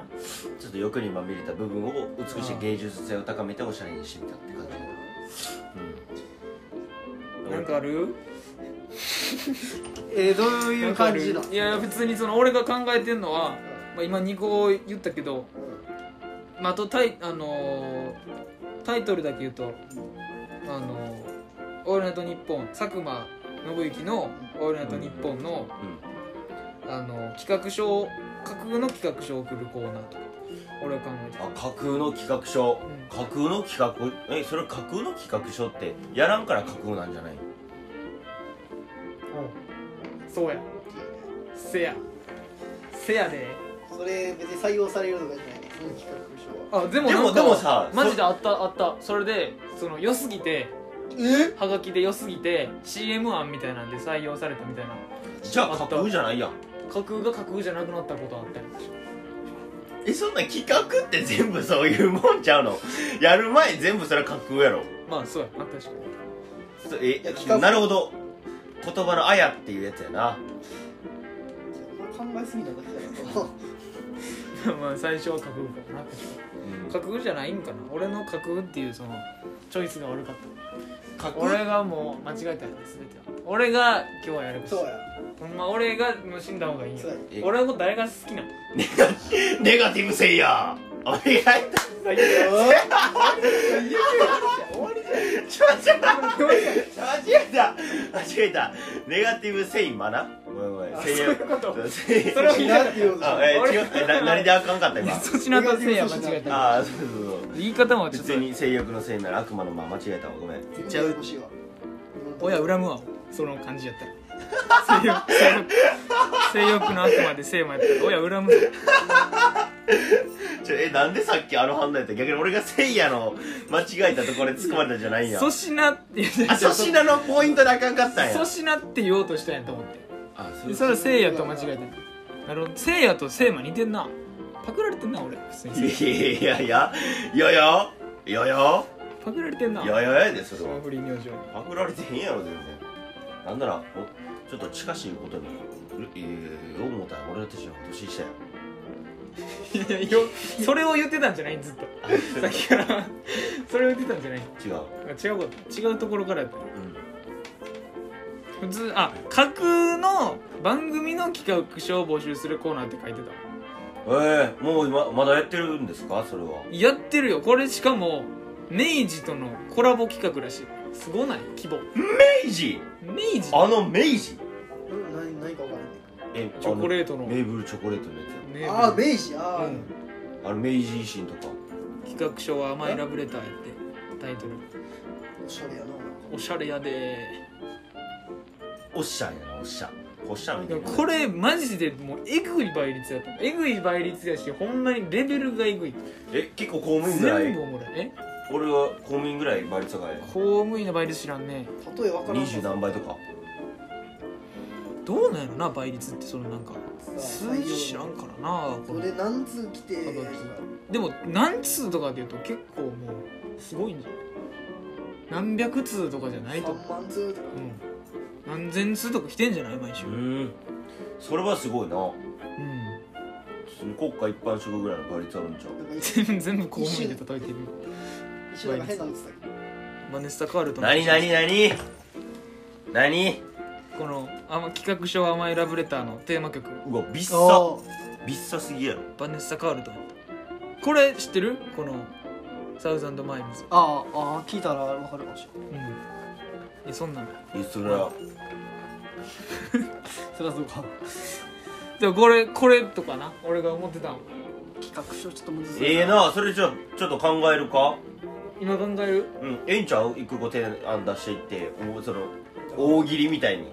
Speaker 4: ちょっと欲にまみれた部分を美しい
Speaker 1: あー
Speaker 4: 芸術性を高めておしゃれにしてみたって感じうん
Speaker 1: なんかある
Speaker 2: えー、どう
Speaker 1: ないん
Speaker 2: う
Speaker 1: かあ
Speaker 2: 感
Speaker 1: る
Speaker 2: じだ
Speaker 1: いや普通にその俺が考えてんのは、まあ、今2個言ったけど、まあ、あとタイ,、あのータイトルだけ言うと、あのー「オールナイトニッポン」佐久間信之の「オールナイトニッポンの」あの企画書を架空の企画書を送るコーナーとか俺は考えて
Speaker 4: あ架空の企画書
Speaker 1: うん
Speaker 4: 架空の企画えそれ架空の企画書ってやらんから架空なんじゃない
Speaker 1: うんそうやせやせやで
Speaker 2: それ別に採用されるとかじゃないその企画
Speaker 1: あでも
Speaker 4: でも
Speaker 1: なんか
Speaker 4: でもさ
Speaker 1: マジであったあったそれでその良すぎて
Speaker 2: 書は
Speaker 1: ハガキで良すぎて CM 案みたいなんで採用されたみたいな
Speaker 4: じゃあ架空じゃないやん
Speaker 1: 架空が架空じゃなくなったことあったり
Speaker 4: えそんな企画って全部そういうもんちゃうの やる前全部それは架空やろ
Speaker 1: まあそうやな確かに
Speaker 4: そえ
Speaker 2: いや企画
Speaker 4: なるほど言葉のあやっていうやつやな
Speaker 2: え考えすぎなかったなと 思う
Speaker 1: まあ最初は架空かな架空じゃないんかな俺の架空っていうそのチョイスが悪かった
Speaker 4: 架
Speaker 1: 俺がもう間違えたよね全ては俺が今日はやるべし
Speaker 2: そうや
Speaker 1: ほんま俺がもう死んだ方がいいよ
Speaker 2: そうや
Speaker 4: え
Speaker 1: 俺のこと誰が好 きなの
Speaker 4: ネガネガティブせいやお願
Speaker 1: 最
Speaker 4: い
Speaker 1: 悪や
Speaker 2: 終わりじゃん
Speaker 4: ちょちょ間違えた間違えたネガティブセインマナごめんごめん
Speaker 1: あそう
Speaker 4: せい
Speaker 1: いうこと
Speaker 4: やせいや
Speaker 1: それを聞いた
Speaker 2: っていうこと
Speaker 4: あえ
Speaker 1: 俺
Speaker 4: 違うえな何であかんかっ た今
Speaker 1: 粗品とせいや間違えた
Speaker 4: あーそうそうそう
Speaker 1: 言い方もちょっと
Speaker 4: 別に性欲のせいなら悪魔のまま間違えたわごめん
Speaker 2: 全
Speaker 1: ちゃ
Speaker 2: 然
Speaker 1: う
Speaker 2: 欲しいわ
Speaker 1: 親恨むわその感じやったら性欲性欲性欲の悪魔で性魔やったら親恨むぞ
Speaker 4: ちょえなんでさっきあの判断やった逆に俺がせいやの間違えたところで突っ込まれたんじゃないんや
Speaker 1: 粗品って言
Speaker 4: あ粗品のポイントであかんかったんや
Speaker 1: 粗品って言おうとしたんやと思って
Speaker 4: あ
Speaker 1: でそれは聖夜と間違えたなるほど聖夜と聖魔似てんなパクられてんな俺普通に
Speaker 4: いやいやいやいやいやいやいや
Speaker 1: パクられてんない
Speaker 4: やいややでそれ
Speaker 1: その
Speaker 4: は
Speaker 1: 不倫明星に
Speaker 4: パクられてへんやろ全然なんならおちょっと近しいことにえー、思ったら俺たちのことししたよ
Speaker 1: いやいやよそれを言ってたんじゃないずっとさっきからそれを言ってたんじゃない
Speaker 4: 違う
Speaker 1: 違うこと違うところからやった
Speaker 4: うん
Speaker 1: 普通あ架空の番組の企画書を募集するコーナーって書いてた
Speaker 4: えー、もう今まだやってるんですかそれは
Speaker 1: やってるよこれしかも明治とのコラボ企画らしいすごない規模
Speaker 4: 明治
Speaker 1: 明治
Speaker 4: あの明治
Speaker 2: うん何何か分からんね
Speaker 4: え
Speaker 1: チョコレートの
Speaker 4: あのメーブルチョコレートのやつ
Speaker 1: ね
Speaker 4: や
Speaker 2: ああ明治ああ、
Speaker 1: うん
Speaker 4: あの明治維新とか
Speaker 1: 企画書は「甘いラブレター」やってタイトル
Speaker 2: おしゃれやな
Speaker 1: おしゃれやで
Speaker 4: おっしゃんやなおっしゃんおっしゃんみた
Speaker 1: で
Speaker 4: い
Speaker 1: も
Speaker 4: な
Speaker 1: これマジでもうえぐい倍率やと思うえぐい倍率やしほんまにレベルがえぐい
Speaker 4: え結構公務員ぐら
Speaker 1: 全
Speaker 4: い
Speaker 1: 部おもろいえ
Speaker 4: 俺は公務員ぐらい倍率高い
Speaker 1: 公務員の倍率知らんね
Speaker 2: 例え分からん
Speaker 4: 二十何倍とか
Speaker 1: どうなんやろな倍率ってそのなんか
Speaker 2: さあ
Speaker 1: 数字知らんからなこ
Speaker 2: そ
Speaker 1: の
Speaker 2: れ何通来て
Speaker 1: はがでも何通とかでいうと結構もうすごいんじゃない何百通とかじゃないと思
Speaker 2: 3万通とか
Speaker 1: う、うん、何千通とか来てんじゃない毎週
Speaker 4: う
Speaker 1: うん
Speaker 4: んそれはすごいな普通に国家一般職ぐらいの倍率あるんちゃう
Speaker 2: なんか一
Speaker 1: 全部全部公務員で叩いてる
Speaker 2: 一緒なんか変なの言ってたけ
Speaker 1: マネスタカールと
Speaker 4: 何何何何
Speaker 1: このあま企画書は甘いラブレターのテーマ曲
Speaker 4: うわびっさ
Speaker 2: ど
Speaker 4: びっさすぎやろ
Speaker 1: バネッサ・カールトンこれ知ってるこのサウザンド・マイルズ、
Speaker 2: あーあー聞いたら分かるかもしれ
Speaker 1: うん、えそんなの
Speaker 4: えそれ
Speaker 2: な
Speaker 4: は
Speaker 2: いそりゃそうか
Speaker 1: でもこれこれとかな俺が思ってたん
Speaker 2: 企画書ちょっと難しい
Speaker 4: ええなそれじゃあちょっと考えるか
Speaker 1: 今考える
Speaker 4: うんええんちゃう一個一個提案出していってもうその大喜利みたいに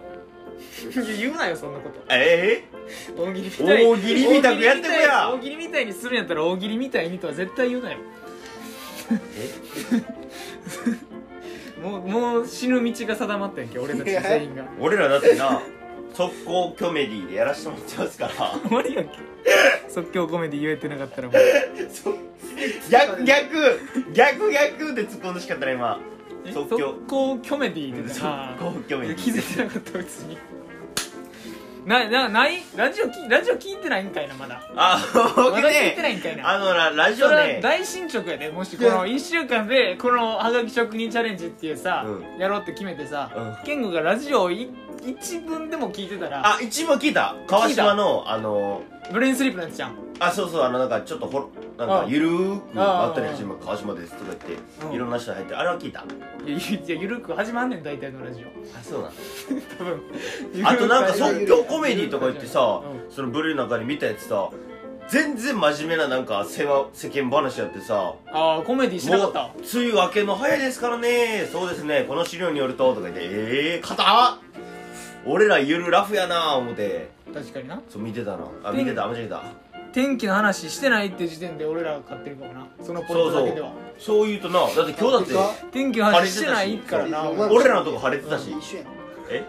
Speaker 1: 言うなよそんなこと
Speaker 4: ええ
Speaker 1: 大喜利みたい
Speaker 4: 大喜利みたくやってこや
Speaker 1: 大喜利みたいにするんやったら大喜利みたいにとは絶対言うなよ
Speaker 4: え
Speaker 1: もうもう死ぬ道が定まったやんけ俺たち全員が
Speaker 4: 俺らだってな速攻コメディでやらしてもらってますから
Speaker 1: 終わりやんけ即興コメディ言えてなかったらもう
Speaker 4: 逆逆逆逆で突っ込んでしかったら今
Speaker 1: え
Speaker 4: 即興
Speaker 1: 即興コメディーってさ
Speaker 4: 即興コメディ
Speaker 1: 気づいてなかった別にななないラジオきラジオ聞いてないんかいなまだ
Speaker 4: あ
Speaker 1: ま
Speaker 4: 僕
Speaker 1: だ聞いてな
Speaker 4: ね
Speaker 1: いんかいな
Speaker 4: あのなラジ
Speaker 1: そ
Speaker 4: オ
Speaker 1: れは
Speaker 4: ね
Speaker 1: 大進捗やでもしこの1週間でこのハガキ職人チャレンジっていうさ、
Speaker 4: うん
Speaker 1: やろうって決めてさ、
Speaker 4: う
Speaker 1: ケンゴがラジオをい一文でも聞いてたら
Speaker 4: あ一部聞いた川島のあの
Speaker 1: ブレインスリープのやつじゃん
Speaker 4: あそうそうあのなんかちょっとほろなんかゆるーく
Speaker 1: あ
Speaker 4: ま
Speaker 1: あ
Speaker 4: ったり始まる川島ですとか言っていろん
Speaker 1: な
Speaker 4: な人入ってあれは聞いたあ
Speaker 1: いやゆいやゆるく始まんねん大体のラジオ
Speaker 4: そうなん
Speaker 1: 多分
Speaker 4: あとなんか
Speaker 2: そう
Speaker 4: 即興コメディとか言ってさ
Speaker 1: う
Speaker 4: そのブルーの中に見たやつさ全然真面目ななんか世話世間話やってさ
Speaker 1: ああコメディしなかった
Speaker 4: もう梅雨明けの早いですからねそうですねこの資料によるととか言ってええー、硬っ俺らゆるラフやな思って
Speaker 1: 確かにな
Speaker 4: そう見てたなあ見てた間違えた
Speaker 1: 天気の話してないって時点で俺らが買ってるかもなそのポイン
Speaker 4: そ
Speaker 1: ト
Speaker 4: うそ
Speaker 1: だけでは
Speaker 4: うそう言うとなだって今日だって
Speaker 1: 天気の話してないからな
Speaker 2: 晴れてたし
Speaker 4: 俺らのとこ晴れてたし
Speaker 2: 一緒やん
Speaker 4: え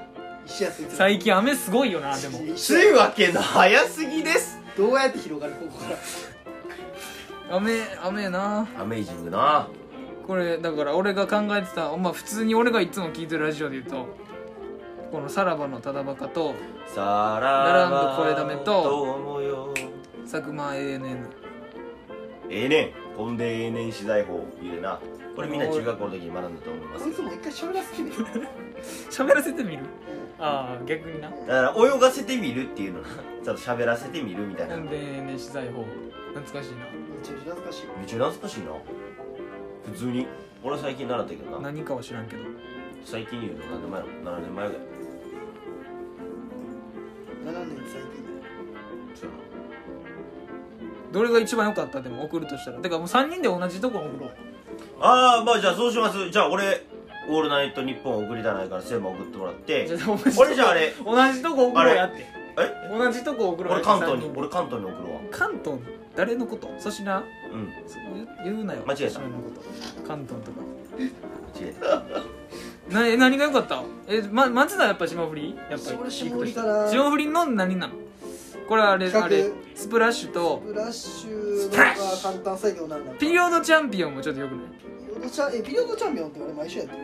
Speaker 2: 一緒やついて
Speaker 1: 最近雨すごいよなでも
Speaker 4: 梅雨明けの早すぎです
Speaker 2: どうやって広がるここから
Speaker 1: 雨雨な
Speaker 4: アメイジングな
Speaker 1: これだから俺が考えてたまあ普通に俺がいつも聞いてるラジオで言うとこの「さらばのただばか」と
Speaker 4: さ
Speaker 1: 並
Speaker 4: らば
Speaker 1: んだ声溜めと
Speaker 4: 思うよ
Speaker 1: 「佐久間 ANN
Speaker 4: ええねんほんでええねん資材法言うでなこれみんな中学校の時に学んだと思い
Speaker 2: こ
Speaker 4: ま
Speaker 2: い
Speaker 4: す
Speaker 2: つもう一回喋らせてみる」
Speaker 1: 喋らせてみるああ逆にな
Speaker 4: だから泳がせてみるっていうのなちょっと喋らせてみるみたいな
Speaker 1: なんで ANN 資材法懐かしい
Speaker 2: めちゃめちゃ懐かしい
Speaker 4: めっちゃ懐かしいな普通に俺は最近習ったけど
Speaker 1: な
Speaker 4: な
Speaker 1: 何かは知らんけど
Speaker 4: 最近言うと何年前やろ7年前ぐらい
Speaker 2: 7年最近
Speaker 4: そう
Speaker 1: どれが一番良かったでも送るとしたらてかもう3人で同じとこ送ろう
Speaker 4: やなああまあじゃあそうしますじゃあ俺「オールナイトニッポン」送りたないから全部送ってもらって俺じゃああれ
Speaker 1: 同じとこ送ろうやって
Speaker 4: え
Speaker 1: 同じとこ送ろう
Speaker 4: 俺関東に
Speaker 1: 三人
Speaker 4: 俺関東に送るわ
Speaker 1: 関東誰のこと粗品
Speaker 4: うん
Speaker 1: そ言う言うなよ
Speaker 4: 間違えた
Speaker 1: 粗品のこと関東とか
Speaker 4: 違え
Speaker 1: なえ何が良かったえ、ま、松田はやっぱ霜降りやっぱり
Speaker 2: 俺霜降りかな
Speaker 1: 霜降りの何なのこれあれあ
Speaker 2: 企
Speaker 1: れ
Speaker 2: 画
Speaker 1: スプラッシュと
Speaker 2: ブラッシュのが簡単作業なんだ
Speaker 1: ピリオドチャンピオンもちょっとよくない
Speaker 2: リオドチャンえピリオドチャンピオンって俺毎週やってる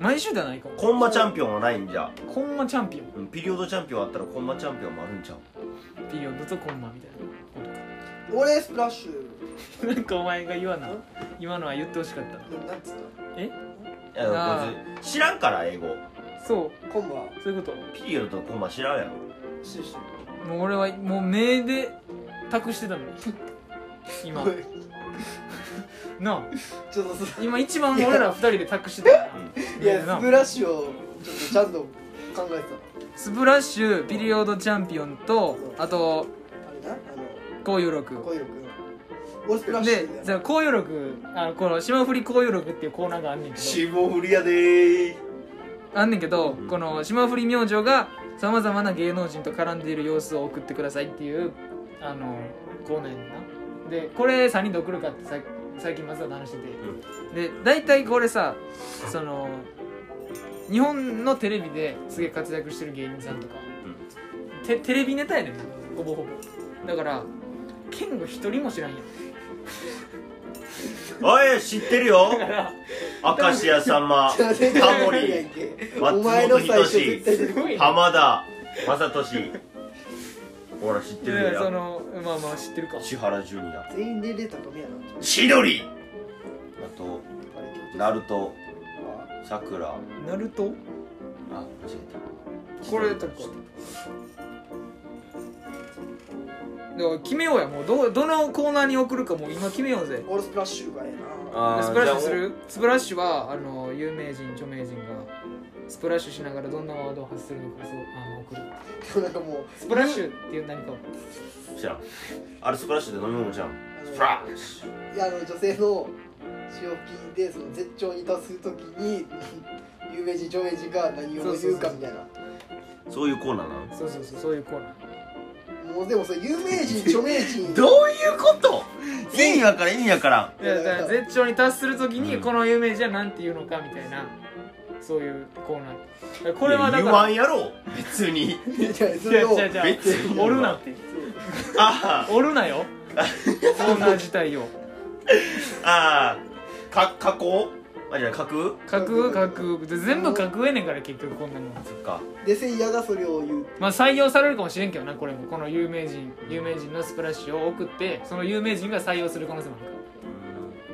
Speaker 1: 毎週ではないかも
Speaker 4: コンマチャンピオンはないんじゃ
Speaker 1: コンマチャンピオン
Speaker 4: うんピリオドチャンピオンあったらコンマチャンピオンもあるんちゃう
Speaker 1: ピリオドとコンマみたいなこ
Speaker 2: 俺スプラッシ
Speaker 1: とかなんかお前が言わな今のは言ってほしかったな
Speaker 2: ュななんつっ
Speaker 1: え
Speaker 4: いや
Speaker 1: あー
Speaker 4: こいつ知らんから英語
Speaker 1: そ
Speaker 2: たコンマ
Speaker 1: うそういうこと
Speaker 4: ピリオドとコンマ知らんやろ
Speaker 2: シュシュ
Speaker 1: もう俺はもう目で託してたのに今
Speaker 2: おい
Speaker 1: なあ
Speaker 2: ちょっとそ
Speaker 1: 今一番俺ら二人で託してたよ
Speaker 2: いや
Speaker 1: な
Speaker 2: スプラッシュをちょっとちゃんと考えて
Speaker 1: スプラッシュピリオドチャンピオンとあと
Speaker 2: たあれなあ
Speaker 1: 紅葉
Speaker 2: の
Speaker 1: 録
Speaker 2: コイロ君俺スプラッシ
Speaker 1: で
Speaker 2: ュ
Speaker 1: じゃあ紅葉録あこの霜降り紅葉録っていうコーナーがあんねんけど
Speaker 4: 霜降りやでー
Speaker 1: あんねんけど
Speaker 4: うん
Speaker 1: この霜降り明星がさまざまな芸能人と絡んでいる様子を送ってくださいっていうあのコーナーやねんなでこれ3人で送るかってさ最近松田と話してて、で大体これさその日本のテレビですげえ活躍してる芸人さんとか、てテレビネタやねんなほぼほぼだから健吾一人も知らんやん
Speaker 4: おい知って るよ
Speaker 1: だから
Speaker 4: 明石家さんま
Speaker 2: じゃあ全然
Speaker 4: タモ
Speaker 2: わかんない
Speaker 4: リ
Speaker 2: やんけ
Speaker 4: 松本
Speaker 2: お前の最初絶対出て
Speaker 1: す
Speaker 2: こ
Speaker 1: ごいね
Speaker 4: 浜田雅俊ほら知って
Speaker 1: だ
Speaker 4: る
Speaker 1: からそ
Speaker 4: よ
Speaker 1: のまあまあ知ってるか
Speaker 4: 千原ジュニア
Speaker 2: ない全員で出たかみやな
Speaker 4: 千鳥あと
Speaker 2: あれ今日
Speaker 4: ナルトさくらあ
Speaker 1: ナルト
Speaker 4: 間違えた
Speaker 1: これとかだから決めようやもうどどのコーナーに送るかもう今決めようぜ
Speaker 2: 俺スプラッシュがええな
Speaker 4: あー
Speaker 1: スプラッシュす
Speaker 4: じゃあ
Speaker 1: るスプラッシュはあの有名人著名人がスプラッシュしながらどんなワードを発するのかそうあの送る
Speaker 2: 今日なんかもう
Speaker 1: スプラッシュっていう何かを
Speaker 4: お知らんあれスプラッシュで飲み物じゃん
Speaker 2: あの
Speaker 4: スプラッシュ
Speaker 2: いやあの女性の使用金でその絶頂に達するときに 有名人著名人が何を言うかみたいな
Speaker 4: そういうコーナーなの
Speaker 1: そうそうそうそういうコーナー
Speaker 2: もうでもそれ有名人著名人
Speaker 4: どういうこと意味わからん意味わからん
Speaker 1: いやだから絶頂に達するときに
Speaker 4: うん
Speaker 1: この有名人は何て言うのかみたいなそういうコーナーだからこれはい
Speaker 4: や
Speaker 1: だ
Speaker 4: 言
Speaker 1: か
Speaker 4: わ
Speaker 1: ら
Speaker 4: んやろ別に
Speaker 2: いやそ
Speaker 1: いや
Speaker 2: れ
Speaker 1: 違
Speaker 2: を
Speaker 1: う違う
Speaker 4: 別に
Speaker 1: おるなって
Speaker 4: あ
Speaker 1: おるな よコーナー自体を
Speaker 4: ーあーか加工あじゃあ架空
Speaker 1: 架空架空で全部架空やねんから結局こんなもん
Speaker 4: そっか
Speaker 2: でせいやがそれを言う
Speaker 1: まあ採用されるかもしれんけどなこれもこの有名人有名人のスプラッシュを送ってその有名人が採用する可能性もあるか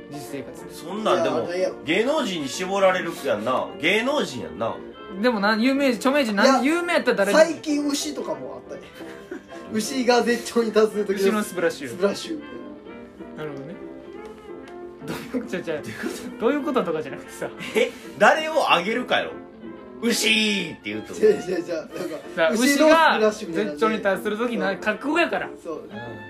Speaker 1: ら実生活で
Speaker 4: そんなんで
Speaker 2: いや
Speaker 4: も
Speaker 2: あれやろ
Speaker 4: 芸能人に絞られるやんな芸能人やんな
Speaker 1: でもな有名人著名人
Speaker 2: いや
Speaker 1: 何有名やったら誰で
Speaker 2: 最
Speaker 1: も
Speaker 2: 近牛とかもあったね 牛が絶頂に達するとき
Speaker 1: 牛のスプラッシュ
Speaker 2: スプラッシュみたい
Speaker 1: 違う違うどういうこととかじゃなくてさ
Speaker 4: え誰をあげるかやろ牛って言うと
Speaker 2: じゃじゃじゃなん
Speaker 1: さ
Speaker 2: か
Speaker 1: 牛
Speaker 2: のスプラ
Speaker 1: が
Speaker 2: ッシュみたいな
Speaker 1: 絶頂に達する時な覚悟やから
Speaker 2: そ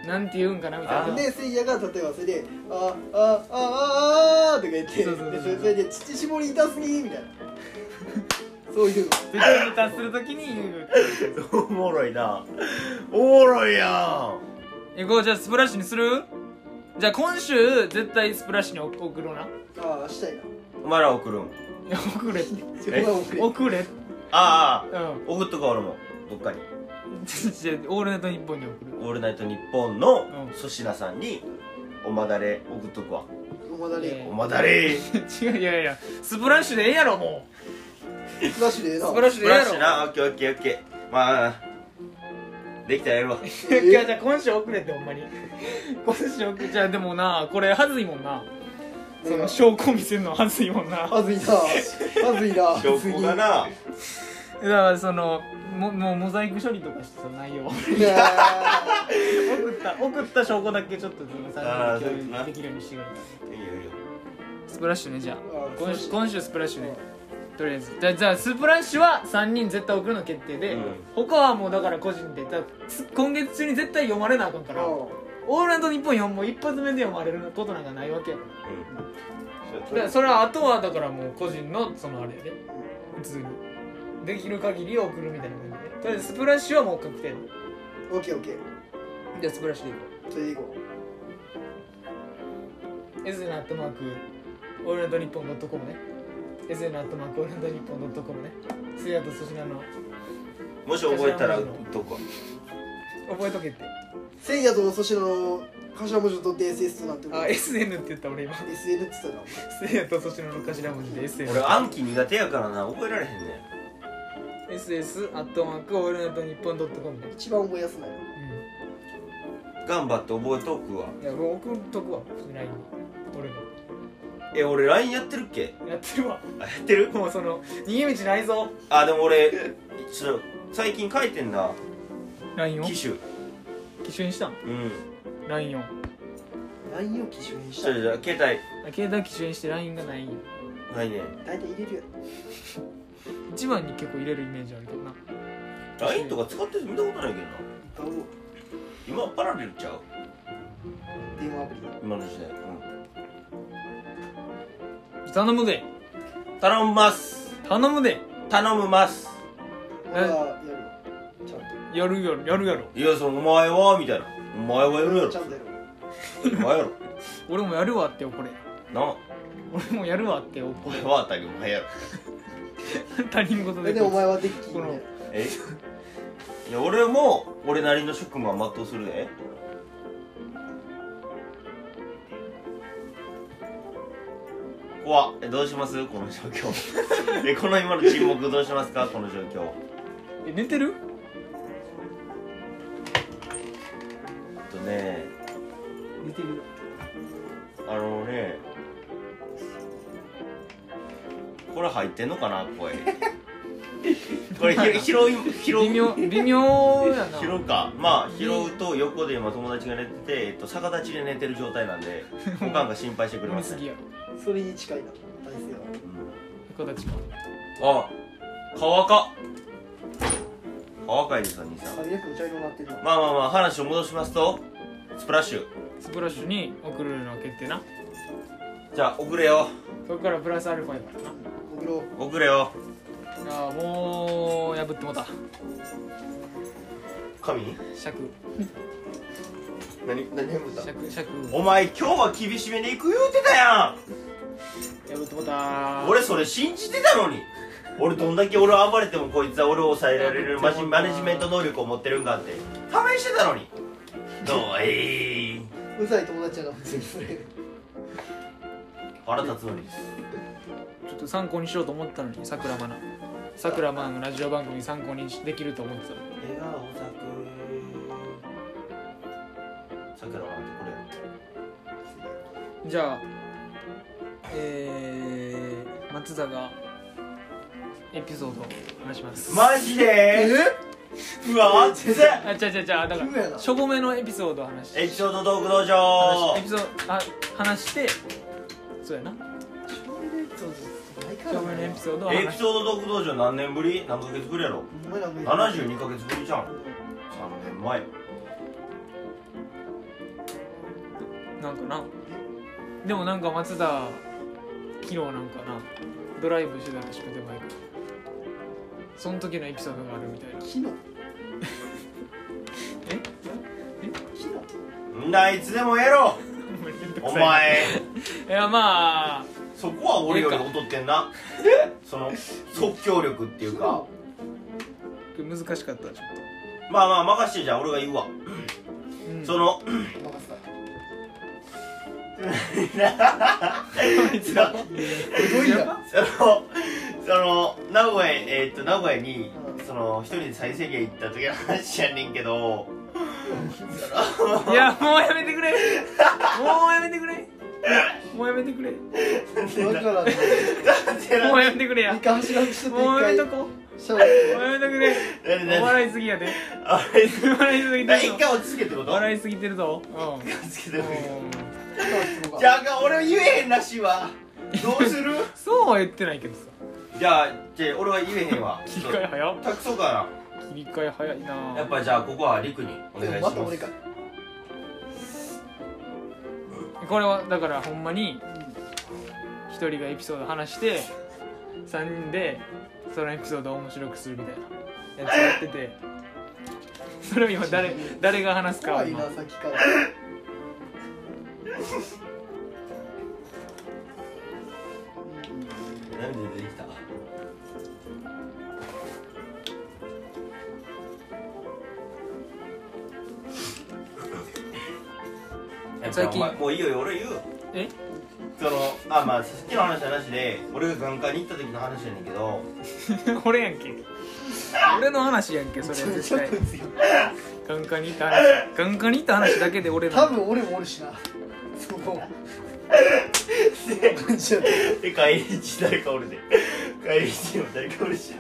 Speaker 2: う
Speaker 1: なんて言うんかなみたい
Speaker 4: あ
Speaker 1: な
Speaker 2: でせいやが例えばそれで「あああああ」とか言って
Speaker 1: そうそうそう
Speaker 2: でそれで「乳搾り痛すぎ」みたいな そういうの
Speaker 1: 絶頂に達する時に言う
Speaker 4: おもろいなおもろいや
Speaker 1: えこうじゃあスプラッシュにするじゃあ今週絶対スプラッシュに送送ろうな
Speaker 2: ああしたいなん
Speaker 4: お前ら送るん
Speaker 1: いや送れって
Speaker 2: 自分は遅れ
Speaker 1: 送れ
Speaker 4: あ あ
Speaker 1: うん
Speaker 4: 送っとくわ俺もどっかに
Speaker 1: じゃあオールナイトニッポンに送る
Speaker 4: 「オールナイトニッポン」
Speaker 1: う
Speaker 4: の
Speaker 1: ん
Speaker 4: 粗品さんに「おまだれ」送っとくわ
Speaker 2: おまだ
Speaker 4: 「
Speaker 2: れ
Speaker 4: おま だれ」
Speaker 1: 違ういやいやスプラッシュでええやろも
Speaker 2: スプラッシュでええ
Speaker 1: う
Speaker 2: な
Speaker 1: スプラッシュ
Speaker 4: ス
Speaker 1: で
Speaker 4: プ
Speaker 1: ええ
Speaker 4: ラ
Speaker 1: や
Speaker 4: ッシ
Speaker 1: ろ
Speaker 4: ュなオッケーオッケーオッケーまあできたらやるわ
Speaker 1: いやじゃあ今週遅れってほんまに今週遅れじゃあでもなこれはずいもんなその証拠見せるのはずいもんなだか
Speaker 2: はずいなはずいな
Speaker 4: 証拠がな
Speaker 1: らそのももうモザイク処理とかしてその内容を送
Speaker 2: いや
Speaker 1: った送った証拠だけちょっとその
Speaker 4: あ
Speaker 1: 参
Speaker 4: ー
Speaker 1: 考に
Speaker 4: そうやな
Speaker 1: できるようにしてくれ
Speaker 4: いいよいいよ
Speaker 1: スプラッシュねじゃあ
Speaker 2: ー
Speaker 1: 今
Speaker 2: ス
Speaker 1: 週
Speaker 2: プラ
Speaker 1: 今週スプラッシュねとりあえずじゃあじゃあスプラッシュは3人絶対送るの決定で、
Speaker 4: うん
Speaker 1: 他はもうだから個人でだからつ今月中に絶対読まれなあかんから「オ
Speaker 2: ー
Speaker 1: ールナイトニッポン」4も一発目で読まれることなんかないわけやから
Speaker 4: うん
Speaker 1: だからそれはあとはだからもう個人のそのあれやで普通にできる限り送るみたいな感じでとりあえずスプラッシュはもう確定
Speaker 2: オッケーオッケー
Speaker 1: じゃあスプラッシュでいこ
Speaker 2: それでいこ
Speaker 1: う s n アットマークオールナイトニッポンドットコムね s n アットマークオールナイトニッポンドットコムねせいやと粗品の
Speaker 4: もし覚えたらどこ
Speaker 1: 覚えとけって
Speaker 2: うせいやと粗品の頭文字を取って SS となってる
Speaker 1: あ SN って言った俺今
Speaker 2: SN って言った
Speaker 1: せいやと粗品の頭文字で SN
Speaker 4: 俺暗記苦手やからな覚えられへんねん
Speaker 1: SS アットマークオールナイトニッポンドットコムね
Speaker 2: な一番覚えやすない
Speaker 4: 頑張って覚えとくわ
Speaker 1: うんいや俺送っとくわ普通に LINE に俺も
Speaker 4: え俺 LINE やってるっけ
Speaker 1: やってるわ
Speaker 4: あやってる
Speaker 1: もうその逃げ道ないぞ
Speaker 4: あでも俺ちょっと最近書いてんな
Speaker 1: LINE を
Speaker 4: 機種
Speaker 1: 機種にしたん
Speaker 4: うん
Speaker 1: LINE を
Speaker 2: LINE を基準にし
Speaker 4: ち
Speaker 2: た
Speaker 4: ょっとじゃあ携
Speaker 1: 携帯機種にして LINE がないんよ
Speaker 4: 帯ないね
Speaker 2: 大体入れるやん
Speaker 1: 一番に結構入れるイメージあるけどな
Speaker 4: LINE とか使ってる人見たことないけどな
Speaker 2: ダウンロー
Speaker 4: 今パラレルちゃう
Speaker 2: ド電話アプリだ
Speaker 4: 今の時代うん
Speaker 1: 頼むで
Speaker 4: 頼みます
Speaker 1: 頼むで
Speaker 4: 頼むます
Speaker 2: 俺はやるわちゃんと
Speaker 1: やるやろやるやろ
Speaker 4: いやそのお前はみたいなお前はやるやろ
Speaker 2: ちゃんとやるわ
Speaker 4: お前やろ
Speaker 1: 俺もやるわってよこれ
Speaker 4: なあ
Speaker 1: 俺もやるわってよ
Speaker 4: お
Speaker 1: こ
Speaker 4: 前は当たり前やろ
Speaker 1: れ 他人事
Speaker 2: え
Speaker 1: で
Speaker 2: でもお前はできひん
Speaker 1: この
Speaker 2: ね
Speaker 4: えいや俺も俺なりの職務は全うするで怖っえどうしますこの状況 えこの今の沈黙どうしますかこの状況
Speaker 1: え寝てる
Speaker 4: えっとね
Speaker 1: 寝てる
Speaker 4: あのねこれ入ってんのかな 声これひ拾い拾う
Speaker 1: 微妙微妙や な
Speaker 4: 拾うかまあ拾うと横で今友達が寝てて、えっと、逆立ちで寝てる状態な んでおかんが心配してくれ
Speaker 1: 飲
Speaker 4: ま
Speaker 1: み
Speaker 4: す
Speaker 1: す
Speaker 4: ね
Speaker 1: ぎやろ
Speaker 2: それに近いな体勢は
Speaker 4: うん
Speaker 1: 子たちか
Speaker 4: あ乾か乾かいですか兄さん
Speaker 2: 髪の毛お茶色になってるな
Speaker 4: まあまあまあ話を戻しますとスプラッシュ
Speaker 1: スプラッシュに送るのは決定な
Speaker 4: じゃあ送れよ
Speaker 1: そこからプラスアルファやから
Speaker 2: お風呂
Speaker 4: 送れよ
Speaker 1: なああもう破ってもうた
Speaker 4: 神
Speaker 1: 尺
Speaker 4: 何何やぶ
Speaker 1: 尺尺
Speaker 4: お前今日は厳しめに行く言うてたや
Speaker 1: 破ってもうた
Speaker 4: ん俺それ信じてたのに俺どんだけ俺を暴れてもこいつは俺を抑えられるマジマネジメント能力を持ってるんかって試してたのにどうえいう
Speaker 2: ざい友達やな普通にそれ
Speaker 4: 腹立つのにです
Speaker 1: ちょっと参考にしようと思ったのにさくらまなさくらまなのラジオ番組参考にできると思ってた
Speaker 4: 笑顔咲く桜はこれ
Speaker 1: じゃあえー、松坂エピソードお願いします、
Speaker 4: マジでうわ熱っ
Speaker 1: あちゃちゃちゃだか
Speaker 2: 急や
Speaker 1: ら
Speaker 2: な
Speaker 1: 初ごめのエピソードを話し
Speaker 4: エピソードトーク道
Speaker 1: 話
Speaker 4: 場
Speaker 1: エピソードあ話してそうやな
Speaker 2: ないか
Speaker 1: 今
Speaker 2: ら
Speaker 1: 日のエ
Speaker 2: ね
Speaker 1: ピソードは
Speaker 4: エピソード独道場何年ぶり何ヶ月ぶりやろ
Speaker 2: お前らも
Speaker 4: 72ヶ月ぶりじゃん3年前
Speaker 1: なんかなでもなんか松田昨日なんかなドライブしてたらしくてバイクその時のエピソードがあるみたいな
Speaker 2: 昨日
Speaker 1: え
Speaker 2: 昨日
Speaker 4: んないつでもやろお前
Speaker 1: いやまあ
Speaker 4: そこは俺より劣ってんなその即興力っていうか
Speaker 1: 難しかったちょっと、
Speaker 4: まあまあ任してじゃあ俺が言うわ、
Speaker 1: うん
Speaker 4: その
Speaker 2: 昨日任せ
Speaker 1: あいつ ら
Speaker 2: たすごいな
Speaker 4: そのその名古屋えーっと名古屋に
Speaker 2: うん
Speaker 4: その一人で再生芸行った時の話やねんけど
Speaker 1: いやもうやめてくれもうやめてくれもうやめてくれも
Speaker 2: だからね
Speaker 1: うやめてくれや
Speaker 2: 一回走らせて一
Speaker 1: もうや
Speaker 2: 回
Speaker 1: めとこも
Speaker 2: シャワー
Speaker 1: うやめてくれお笑いすぎやで
Speaker 4: あ
Speaker 1: 笑いすぎ
Speaker 4: 一
Speaker 1: てるぞ
Speaker 4: 回落ち着けってこと
Speaker 1: 笑いすぎてるぞうん
Speaker 4: 落ち着けて
Speaker 1: うん
Speaker 4: じゃああかん俺言えへんなしはどうする
Speaker 1: そうは言ってないけどさ
Speaker 4: じゃあじゃあ俺は言えへん わ
Speaker 1: 切り替え早っ
Speaker 4: 託そうか
Speaker 1: 切り替え早いな
Speaker 4: なやっぱじゃあここはリクにお願いし
Speaker 2: ま
Speaker 4: ます
Speaker 2: た俺か
Speaker 1: これはだからほんまに一人がエピソード話して3人でそのエピソードを面白くするみたいなやつやっててそれを今誰誰が話すかを
Speaker 2: 怖い
Speaker 1: 今
Speaker 2: なさっきから
Speaker 4: 涙出てきたやっぱ
Speaker 1: 最
Speaker 4: お
Speaker 1: 近
Speaker 4: 前もういいよ俺言うよ
Speaker 1: え
Speaker 4: そのあまあさっきの話はなしで俺が眼科に行った時の話やねんけど
Speaker 1: 俺やんけ俺の話やんけそれは絶対眼科に行った話眼科に行った話だけで俺の
Speaker 2: 多分俺もおるしなそこじゃあ
Speaker 4: で帰り道誰かおるで帰り道にも誰かおるし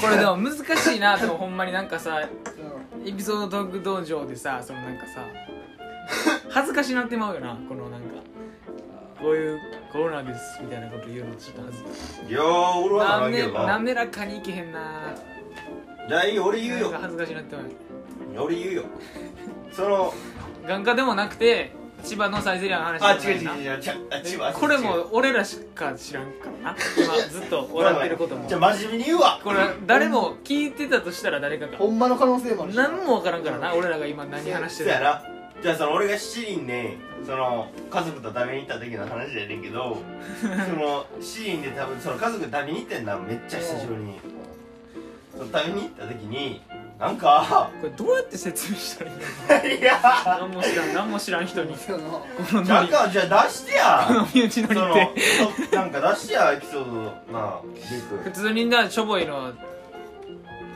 Speaker 1: これでも難しいなとほんまになんかさ
Speaker 2: う
Speaker 1: エピソードトーク道場でさそのなんかさ 恥ずかしなってまうよなこのなんかこういうコロナですみたいなこと言うのちょっと恥ずかしい
Speaker 4: いやー俺はな
Speaker 1: な
Speaker 4: らん
Speaker 1: め
Speaker 4: けどな
Speaker 1: 滑らかにいけへんな
Speaker 4: じゃあいいよ俺言う
Speaker 1: なん
Speaker 4: よ
Speaker 1: か恥ずかしなってまう
Speaker 4: 俺言うよその
Speaker 1: 眼科でもなくて千葉のサイゼリアの話
Speaker 4: あ
Speaker 1: じゃ
Speaker 4: 違う
Speaker 1: ないな
Speaker 4: 違う違う違うあ違うあ違う
Speaker 1: これも俺らしか知らんからな今ずっと笑ってることも
Speaker 4: じゃあ真面目に言うわ
Speaker 1: これ誰も聞いてたとしたら誰か
Speaker 2: ん
Speaker 1: が
Speaker 2: ほんまの可能性 もあるしな
Speaker 1: 何もわからんからな俺らが今何話して
Speaker 4: そうや
Speaker 1: る
Speaker 4: なじゃあその俺が七輪でその家族と食べに行った時の話やねんけど その七輪で多分その家族と食べに行ってんだめっちゃ久しぶりにその食べに行った時になん か
Speaker 1: これどうやって説明したらいいの
Speaker 4: いや
Speaker 1: 何も知らん何も知らん人にこ
Speaker 2: そうやな
Speaker 1: の
Speaker 4: じゃ
Speaker 1: ノ
Speaker 4: あ
Speaker 1: リ
Speaker 4: かじゃあ出してや
Speaker 1: 身内乗
Speaker 4: そ
Speaker 1: り
Speaker 4: の
Speaker 1: って
Speaker 4: そなんか出してやエピソードなあリ
Speaker 1: 普
Speaker 4: ク
Speaker 1: 通になしょぼいのは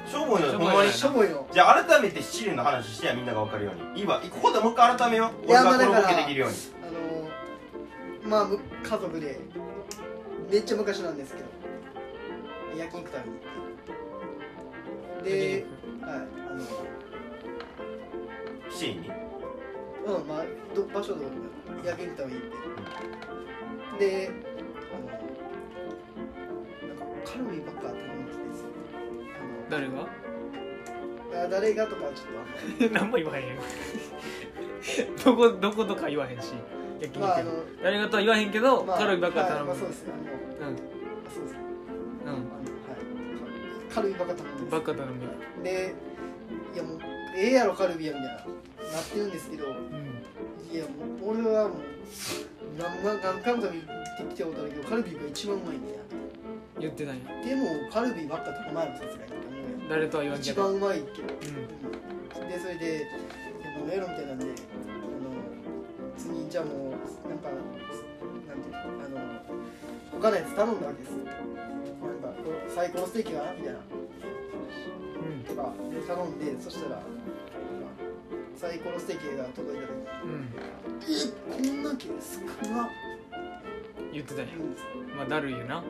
Speaker 4: しょうもない
Speaker 1: しょ
Speaker 4: ほ
Speaker 1: うんもない
Speaker 4: まに
Speaker 2: しょぼいの
Speaker 4: じゃあ改めて七輪の話してやみんなが分かるように今ここでもう一回改めよう
Speaker 2: い
Speaker 4: 俺
Speaker 2: や
Speaker 4: が
Speaker 2: ま
Speaker 4: こ
Speaker 2: あ
Speaker 4: の
Speaker 2: だ
Speaker 4: ボ
Speaker 2: から
Speaker 4: ケできるように
Speaker 2: あのまあむ家族でめっちゃ昔なんですけど焼肉食べに行ってで、はい、
Speaker 4: 七輪に
Speaker 2: あのうんまあど場所どこだ焼肉食べに行ってであのなんかカロリーばっか頼んでてですよ
Speaker 1: 誰が
Speaker 2: あのあ誰がとかはちょっとあんま
Speaker 1: 何も言わへんやんどこどことか言わへんし焼
Speaker 2: り
Speaker 1: 肉
Speaker 2: まああ
Speaker 1: や
Speaker 2: の
Speaker 1: の誰がとは言わへんけど、
Speaker 2: まあ
Speaker 1: カロリーばっか頼む、
Speaker 2: はいまあそうですねあのあそうですね
Speaker 1: うん
Speaker 2: あのはいカルビばっか頼んで
Speaker 1: う
Speaker 2: るん
Speaker 1: んば
Speaker 2: で
Speaker 1: っか頼むよ
Speaker 2: すでいやもうええやろカルビやみたいななってるんですけど
Speaker 1: うん
Speaker 2: いやもう俺はもう何何何回も食べに行ってきたことあるけどカルビが一番うまいんだよ
Speaker 1: 言ってたんや
Speaker 2: でもカルビばっか頼まないのさすがに思
Speaker 1: 誰とは言
Speaker 2: うや
Speaker 1: わ
Speaker 2: ん
Speaker 1: んけ
Speaker 2: 一
Speaker 1: ど、
Speaker 2: 番
Speaker 1: うん、
Speaker 2: うまいけどうんでそれでいやもうええのみたいなんであの次じゃあもうなんかなんていうのあの他のやつ頼んだわけですよなんかこれサイコロステーキはみたいなとかで頼んでそしたらなんかサイコロステーキが届いた時に
Speaker 1: う
Speaker 2: えこ
Speaker 1: ん
Speaker 2: んなけ少なっ
Speaker 1: うん言ってたんや
Speaker 2: て言うんです
Speaker 1: まあだるいよな、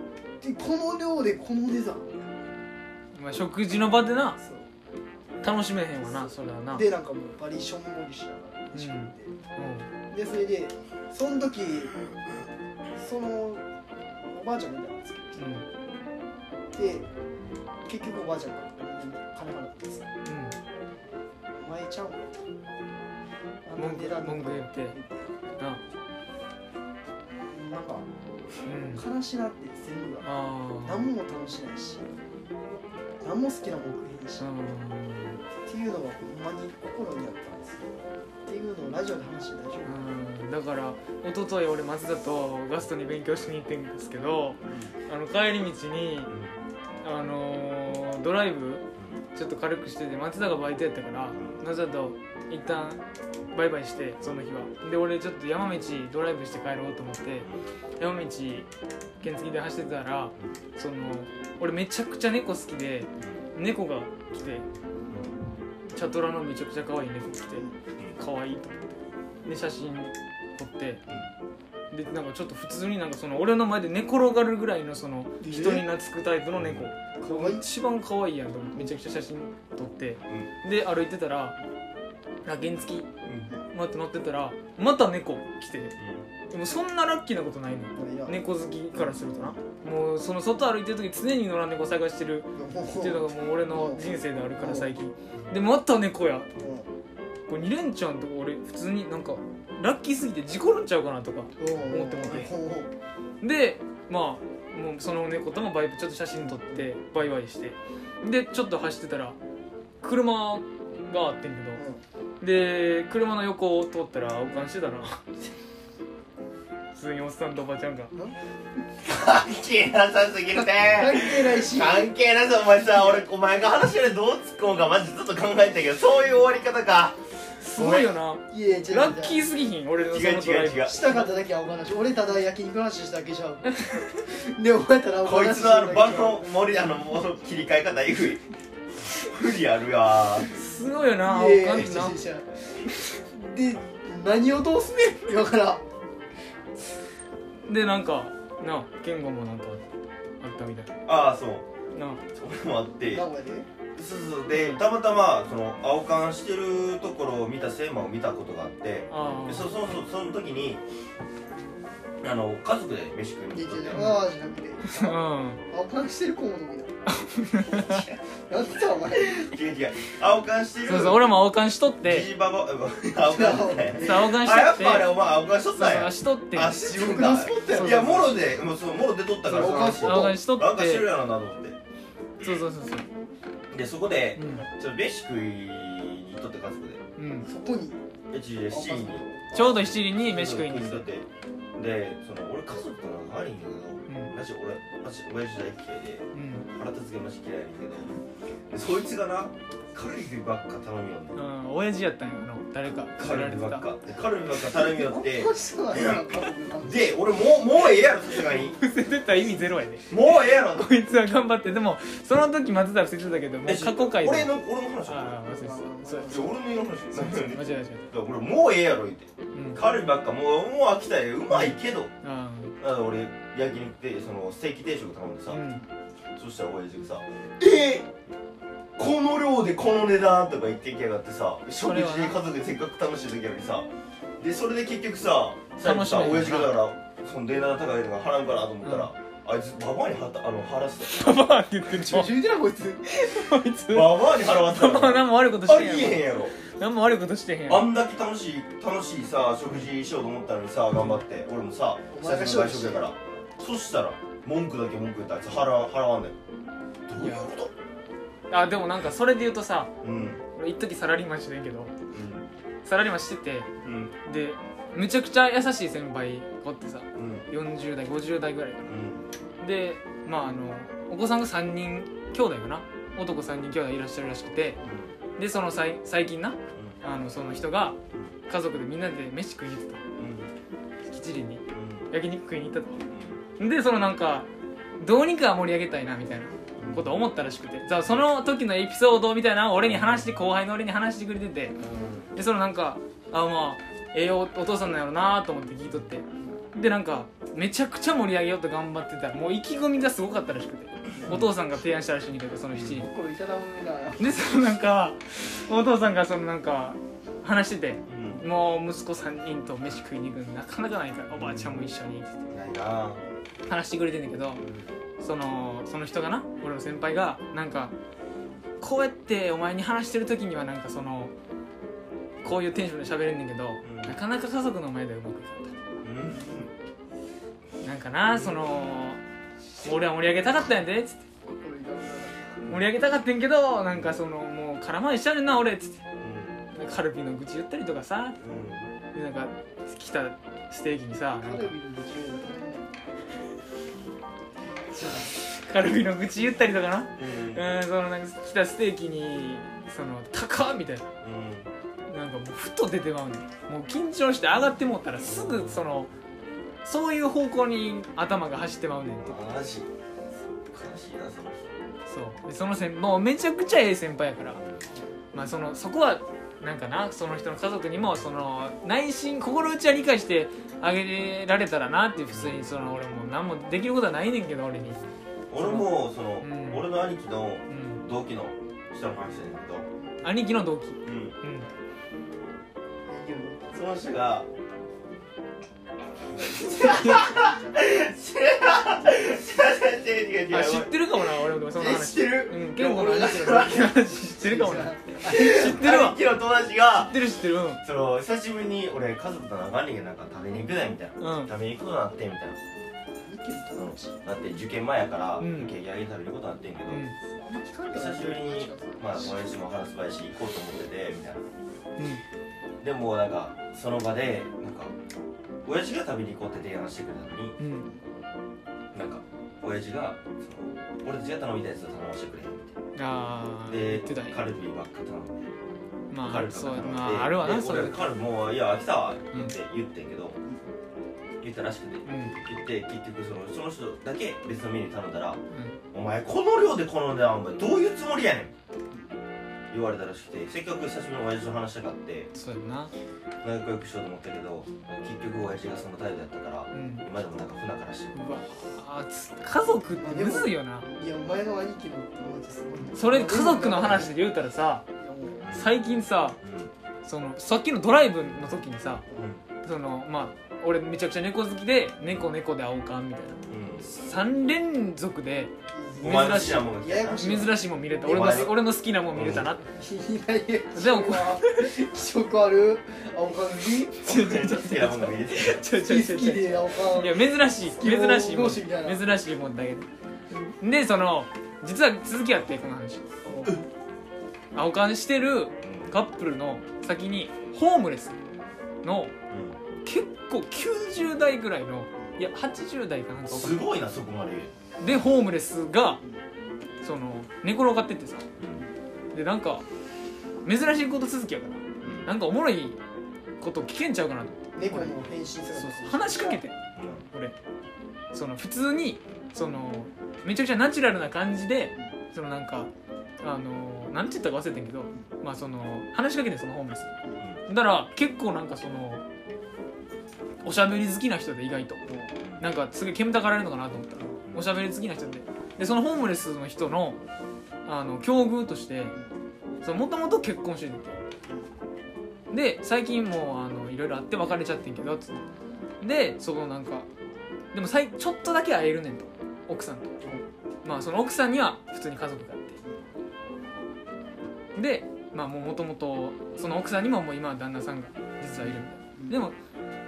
Speaker 2: でこの量でこの値段
Speaker 1: まあ、食事の場でな
Speaker 2: そう
Speaker 1: 楽しめへんわなそれはな
Speaker 2: でなんかもうバリションボリしながららしくって、でそれでその時そのおばあちゃんがいたんです
Speaker 1: うんうん
Speaker 2: けどで結局おばあちゃんが金払ってですお前ちゃうんかと
Speaker 1: うん文句文句言ってな
Speaker 2: なんか
Speaker 1: うん
Speaker 2: 悲しなって全部が
Speaker 1: ああ
Speaker 2: 何も楽しないし何も好きなもん食えへんしっていうのはほんまに心にあったんですよっていうのをラジオで話して大丈夫
Speaker 1: うんだから一昨日俺松田とガストに勉強しに行ってんですけどあの帰り道にあのードライブちょっと軽くしてて松田がバイトやったから松田と一旦バイバイしてその日はで俺ちょっと山道ドライブして帰ろうと思って山道原付で走ってたらその俺めちゃくちゃ猫好きで猫が来てチャトラのめちゃくちゃ可愛い猫来て可愛いと思ってで写真撮ってでなんかちょっと普通になんかその俺の前で寝転がるぐらいのその
Speaker 2: え
Speaker 1: 人に懐くタイプの猫
Speaker 2: 可愛い
Speaker 1: 一番可愛いやんと思ってめちゃくちゃ写真撮ってで歩いてたらあ原付待って乗ってたらまた猫来てでもそんなラッキーなことないの
Speaker 2: これや
Speaker 1: 猫好きからするとなもうその外歩いてる時常に野良猫探してるっていうのがもう俺の人生であるから最近でまた猫や
Speaker 2: も
Speaker 1: これ2連チャンとか俺普通になんかラッキーすぎて事故るんちゃうかなとか
Speaker 2: う思
Speaker 1: ってもらえ
Speaker 2: う
Speaker 1: でまあもうその猫ともバイブちょっと写真撮ってバイバイしてでちょっと走ってたら車があってんけどで車の横を通ったらおかんしてたな普通におっさんとおばちゃんが
Speaker 4: 関係なさすぎる
Speaker 2: 関
Speaker 4: ね
Speaker 2: 係ないし
Speaker 4: 関係なさお前さ俺お前が話してるどう突っ込むかマジずっと考えてたけどそういう終わり方か
Speaker 1: すごいよない
Speaker 2: や違う
Speaker 1: ラッキ
Speaker 2: 違
Speaker 1: ーすぎひん俺の
Speaker 4: 違う
Speaker 1: そのドライ
Speaker 4: 違う
Speaker 1: ブ
Speaker 4: 違う
Speaker 2: したかっただけはお話俺ただ焼肉の話しただけじゃんでお前ただお
Speaker 4: こい
Speaker 2: 話
Speaker 4: つ
Speaker 2: し
Speaker 4: の
Speaker 2: た
Speaker 4: あ
Speaker 2: だ
Speaker 4: の
Speaker 2: け
Speaker 4: 場の森あのもう切り替え方えぐい不利あるわ
Speaker 1: すごいよなお
Speaker 2: いやいや
Speaker 1: か
Speaker 2: 違
Speaker 1: ん
Speaker 2: う違
Speaker 1: な
Speaker 2: う違うで何をどうすねん今から
Speaker 1: でなんかな言語もなんかあったみたい
Speaker 4: ああそう
Speaker 1: な
Speaker 4: 俺もあって
Speaker 2: 名古屋で
Speaker 4: そうそうでたまたまその青缶してるところを見たセイマを見たことがあって
Speaker 1: あ
Speaker 4: で
Speaker 1: あ
Speaker 4: そそうそうその時にあの家族で飯食いに
Speaker 2: で
Speaker 4: 行ったんだよ
Speaker 2: ああじゃなくて
Speaker 1: うん
Speaker 2: 青缶してる子も飲みななんだお前
Speaker 4: 違う違う青缶してる
Speaker 1: そうそう俺も青缶しとっ
Speaker 4: ジ
Speaker 1: て
Speaker 4: ジババえごめん青缶してない
Speaker 1: そう青缶し
Speaker 4: あや
Speaker 1: とっ
Speaker 4: ってぱあれお前青缶しとっ
Speaker 1: そう
Speaker 4: たん
Speaker 1: そう
Speaker 4: や
Speaker 1: しとって
Speaker 4: あ自分
Speaker 2: ラ
Speaker 4: が
Speaker 2: スポットやろ
Speaker 1: そう
Speaker 4: いやもろでもうそうもろでとったから
Speaker 2: そう
Speaker 4: その話
Speaker 2: 青
Speaker 1: 青缶しと
Speaker 4: なん
Speaker 1: っ
Speaker 4: かしてる
Speaker 1: て
Speaker 4: やろなと思って
Speaker 1: そうそうそうそう
Speaker 4: でそこで
Speaker 1: う
Speaker 4: ちょっと飯食いに行っとって家族で
Speaker 1: ん、うん、
Speaker 2: そこに
Speaker 4: えちで7時に
Speaker 1: ちょうど7時に飯食いに
Speaker 4: 行
Speaker 1: 行っ
Speaker 4: っと
Speaker 1: て
Speaker 4: ってでその俺家族と仲悪いんだけど
Speaker 1: うん
Speaker 4: マジ俺マジ親父大嫌いで
Speaker 1: うん
Speaker 4: 腹立つがマジ嫌いだけどでそいつがなカルビばっか頼みよんの
Speaker 1: うん親父やったんやろ誰か
Speaker 4: カルビばっかでカルビばっか頼みよって
Speaker 2: こしたらなんか
Speaker 4: で俺もうもうええやろさすがに
Speaker 1: 伏せてたら意味ゼロやで
Speaker 4: もうええやろ
Speaker 1: こいつは頑張ってでもその時松田は伏せてたけどもう
Speaker 4: え
Speaker 1: 過去回で
Speaker 4: 俺の俺の話
Speaker 1: ああ忘れてたそうや
Speaker 4: いや俺の話だよ
Speaker 1: 間違え間違
Speaker 4: 俺もうええやろ言って
Speaker 1: えうん
Speaker 4: カルビばっかもうもう飽きたようまいけど
Speaker 1: あ
Speaker 4: だから俺焼肉でそのステーキ定食頼んでさ、
Speaker 1: あうん
Speaker 4: そしたら親父がさ「えー、この量でこの値段」とか言ってきやがってさ食
Speaker 1: そ
Speaker 4: 事
Speaker 1: れ
Speaker 4: で
Speaker 1: はな
Speaker 4: 家族でせっかく楽しい時やのにさでそれで結局さ最後さ
Speaker 1: 楽しめ
Speaker 4: 親
Speaker 1: へん
Speaker 4: 父
Speaker 1: な
Speaker 4: がだからその値段高いのが払うからと思ったら、あいつババアに払ったあの払わせ
Speaker 1: ババアって言ってる じゃん
Speaker 2: 中なこいつ
Speaker 1: こいつ
Speaker 4: た
Speaker 1: バ
Speaker 4: ババアに払わせた
Speaker 1: バア
Speaker 4: あ
Speaker 1: 何も悪いことして
Speaker 4: り
Speaker 1: へん
Speaker 4: えへん
Speaker 1: や
Speaker 4: やろ
Speaker 1: ろ何も悪いことしてへんや
Speaker 4: あ
Speaker 1: ろ
Speaker 4: んだけ楽しい楽しいさ食事しようと思ったのにさ頑張って俺もさ
Speaker 2: お前が
Speaker 4: 久しぶりの外食やからそしたら文句だけ文句言ったあいつ払わ払わんねんどういうこと
Speaker 1: あでもなんかそれで言うとさ
Speaker 4: うん
Speaker 1: 俺一時サラリーマンしてんけど
Speaker 4: うん
Speaker 1: サラリーマンしてて
Speaker 4: うん
Speaker 1: でむちゃくちゃ優しい先輩子ってさ
Speaker 4: うん
Speaker 1: 40代50代ぐらいか
Speaker 4: うん
Speaker 1: なでまああのお子さんが3人兄弟かな男3人兄弟いらっしゃるらしくてでそのさい最近なあのその人が家族でみんなで飯食いに行ってた吉林に焼肉食いに行ったとでそのなんかどうにか盛り上げたいなみたいなことを思ったらしくてじゃあその時のエピソードみたいなのを俺に話して後輩の俺に話してくれててでそのなんかあまあええおお父さんなんやろなと思って聞いとってでなんかめちゃくちゃ盛り上げようと頑張ってたらもう意気込みがすごかったらしくてお父さんが提案したらしいんだけどその7人
Speaker 2: これいただもんな
Speaker 1: でそのなんかお父さんがそのなんか話してて
Speaker 4: うん
Speaker 1: もう息子3人と飯食いに行くのなかなかないからおばあちゃんも一緒にって
Speaker 4: ないなぁ
Speaker 1: 言って話してくれてんだけどそのその人がな俺の先輩がなんかこうやってお前に話してる時にはなんかそのこういうテンションで喋れんねんけど、
Speaker 4: ん
Speaker 1: なかなか家族の前ではうまくいかん
Speaker 4: うん
Speaker 1: なんかなその俺は盛り上げたかったんやでっつって
Speaker 2: 心痛くなる
Speaker 1: 盛り上げたかったんやけどなんかそのもう空回りしちゃうねんな俺っつってカルビの愚痴言ったりとかさでなんか来たステーキにさなん
Speaker 2: カ
Speaker 1: か
Speaker 2: ルビの愚痴言うの大変だよ
Speaker 1: カルビの愚痴言ったりとかな
Speaker 4: うんうん
Speaker 1: うんそのなんか来たステーキにその高っみたいななんかもうふと出てまうねんもう緊張して上がってもったらすぐそのそういう方向に頭が走ってまうねんと
Speaker 4: マジ悲しいなその
Speaker 1: そうでその先もうめちゃくちゃええ先輩やからまあそのそこはなんかなその人の家族にもその内心心内は理解してあげられたらなって普通にその俺も何もできることはないねんけど俺に
Speaker 4: 俺もその、
Speaker 1: うん
Speaker 4: 俺の兄貴の
Speaker 1: うん
Speaker 4: 同期の人の話なんだけど、
Speaker 1: 兄貴の同期
Speaker 4: うん、
Speaker 1: うん
Speaker 2: でも
Speaker 4: その人が違う違う違う違う違う
Speaker 1: あ知ってるかもな俺もその
Speaker 4: え知
Speaker 1: 話
Speaker 4: ってる
Speaker 1: うん健吾の
Speaker 4: 俺が
Speaker 1: 話 知ってるかもな 知ってるわ
Speaker 4: 兄貴の友達が
Speaker 1: 知ってる知ってるうん
Speaker 4: その久しぶりに俺家族と長人間なんか食べに行くなみたいな、
Speaker 1: うん
Speaker 4: 食べに行くことになってみたいな、
Speaker 2: 意見と楽しい
Speaker 4: だって受験前やから、
Speaker 1: うん
Speaker 4: ケーキあげて食べることになってんけど、
Speaker 1: うん
Speaker 2: あんま聞かんから
Speaker 4: 久しぶりにまあ俺しも話すばいし行こうと思っててみたいなでもなんかその場でなんか親父が食べに行こうって提案してくれたのに
Speaker 1: うんうん
Speaker 4: なんか親父がその俺たちが頼みたいやつを頼ませてくれ
Speaker 1: ああ言
Speaker 4: へ
Speaker 1: っ
Speaker 4: ん
Speaker 1: てた
Speaker 4: でカルビばっか頼んで
Speaker 1: ま
Speaker 4: カル
Speaker 1: あ
Speaker 4: ビ
Speaker 1: そう
Speaker 4: 頼んで
Speaker 1: まああるわな
Speaker 4: で
Speaker 1: それう
Speaker 4: 俺
Speaker 1: ん
Speaker 4: がカルビもういや飽きたわって言ってんけど、言ったらしくて言って結局そのその人だけ別のメニュー頼んだら「お前この量でこの値段お前どういうつもりやねん」言われたらしくてせっかく久しぶりに親父と話したかって
Speaker 1: そうやな
Speaker 4: 仲良くしようと思ったけど結局親父がその態度やったから
Speaker 1: うん
Speaker 4: 今でもなんか不仲らしいう
Speaker 1: わあつ家族ってむずいよない
Speaker 2: やお前の兄貴の友達すごいな
Speaker 1: それ家族の話で言うたらさ
Speaker 2: いやもう
Speaker 1: 最近さ
Speaker 4: うんうん
Speaker 1: そのさっきのドライブの時にさそのまあ俺めちゃくちゃ猫好きで猫猫で会おうかみたいな3連続で
Speaker 4: うんお前の好きなもんが来た
Speaker 2: ややこし
Speaker 1: 珍しいもん見れた俺の俺の好きなもん見れたなって
Speaker 2: いやいや
Speaker 1: でもこ
Speaker 2: 気色ある青缶好き
Speaker 1: ちょちょ
Speaker 4: 俺
Speaker 1: ち
Speaker 4: の
Speaker 1: ょ
Speaker 4: 好きなもんが見れてる
Speaker 1: ちょちょち
Speaker 2: 好
Speaker 1: ょ
Speaker 2: き
Speaker 1: ちょ
Speaker 2: で青缶
Speaker 1: いや珍しい珍しいもん
Speaker 2: みたいな
Speaker 1: 珍しいもんだけどでその実は続きあってこの話青缶してるカップルの先にホームレスの
Speaker 4: う
Speaker 1: 結構90代ぐらいのいや80代かなん
Speaker 4: ん
Speaker 1: かわかん
Speaker 4: すごいなそこまで
Speaker 1: ないでホームレスがその寝転がってってさでなんか珍しいこと続きやから
Speaker 4: うん
Speaker 1: なんかおもろいこと聞けんちゃうかなと
Speaker 2: 猫の変身する
Speaker 1: そうそう話しかけて俺その普通にそのめちゃくちゃナチュラルな感じでそのなんかあのなんて言ったか忘れてんけどまあその話しかけてんそのホームレス
Speaker 4: うん
Speaker 1: だから結構なんかそのおしゃべり好きな人で意外となんかすげえ煙たがられるのかなと思ったらおしゃべり好きな人ででそのホームレスの人のあの境遇としてもともと結婚しててで最近もうあのいろいろあって別れちゃってんけどつってでそのなんかでもさいちょっとだけ会えるねんと奥さんとまあその奥さんには普通に家族があってでまあもともとその奥さんにももう今は旦那さんが実はいるみたいなで
Speaker 2: も
Speaker 1: も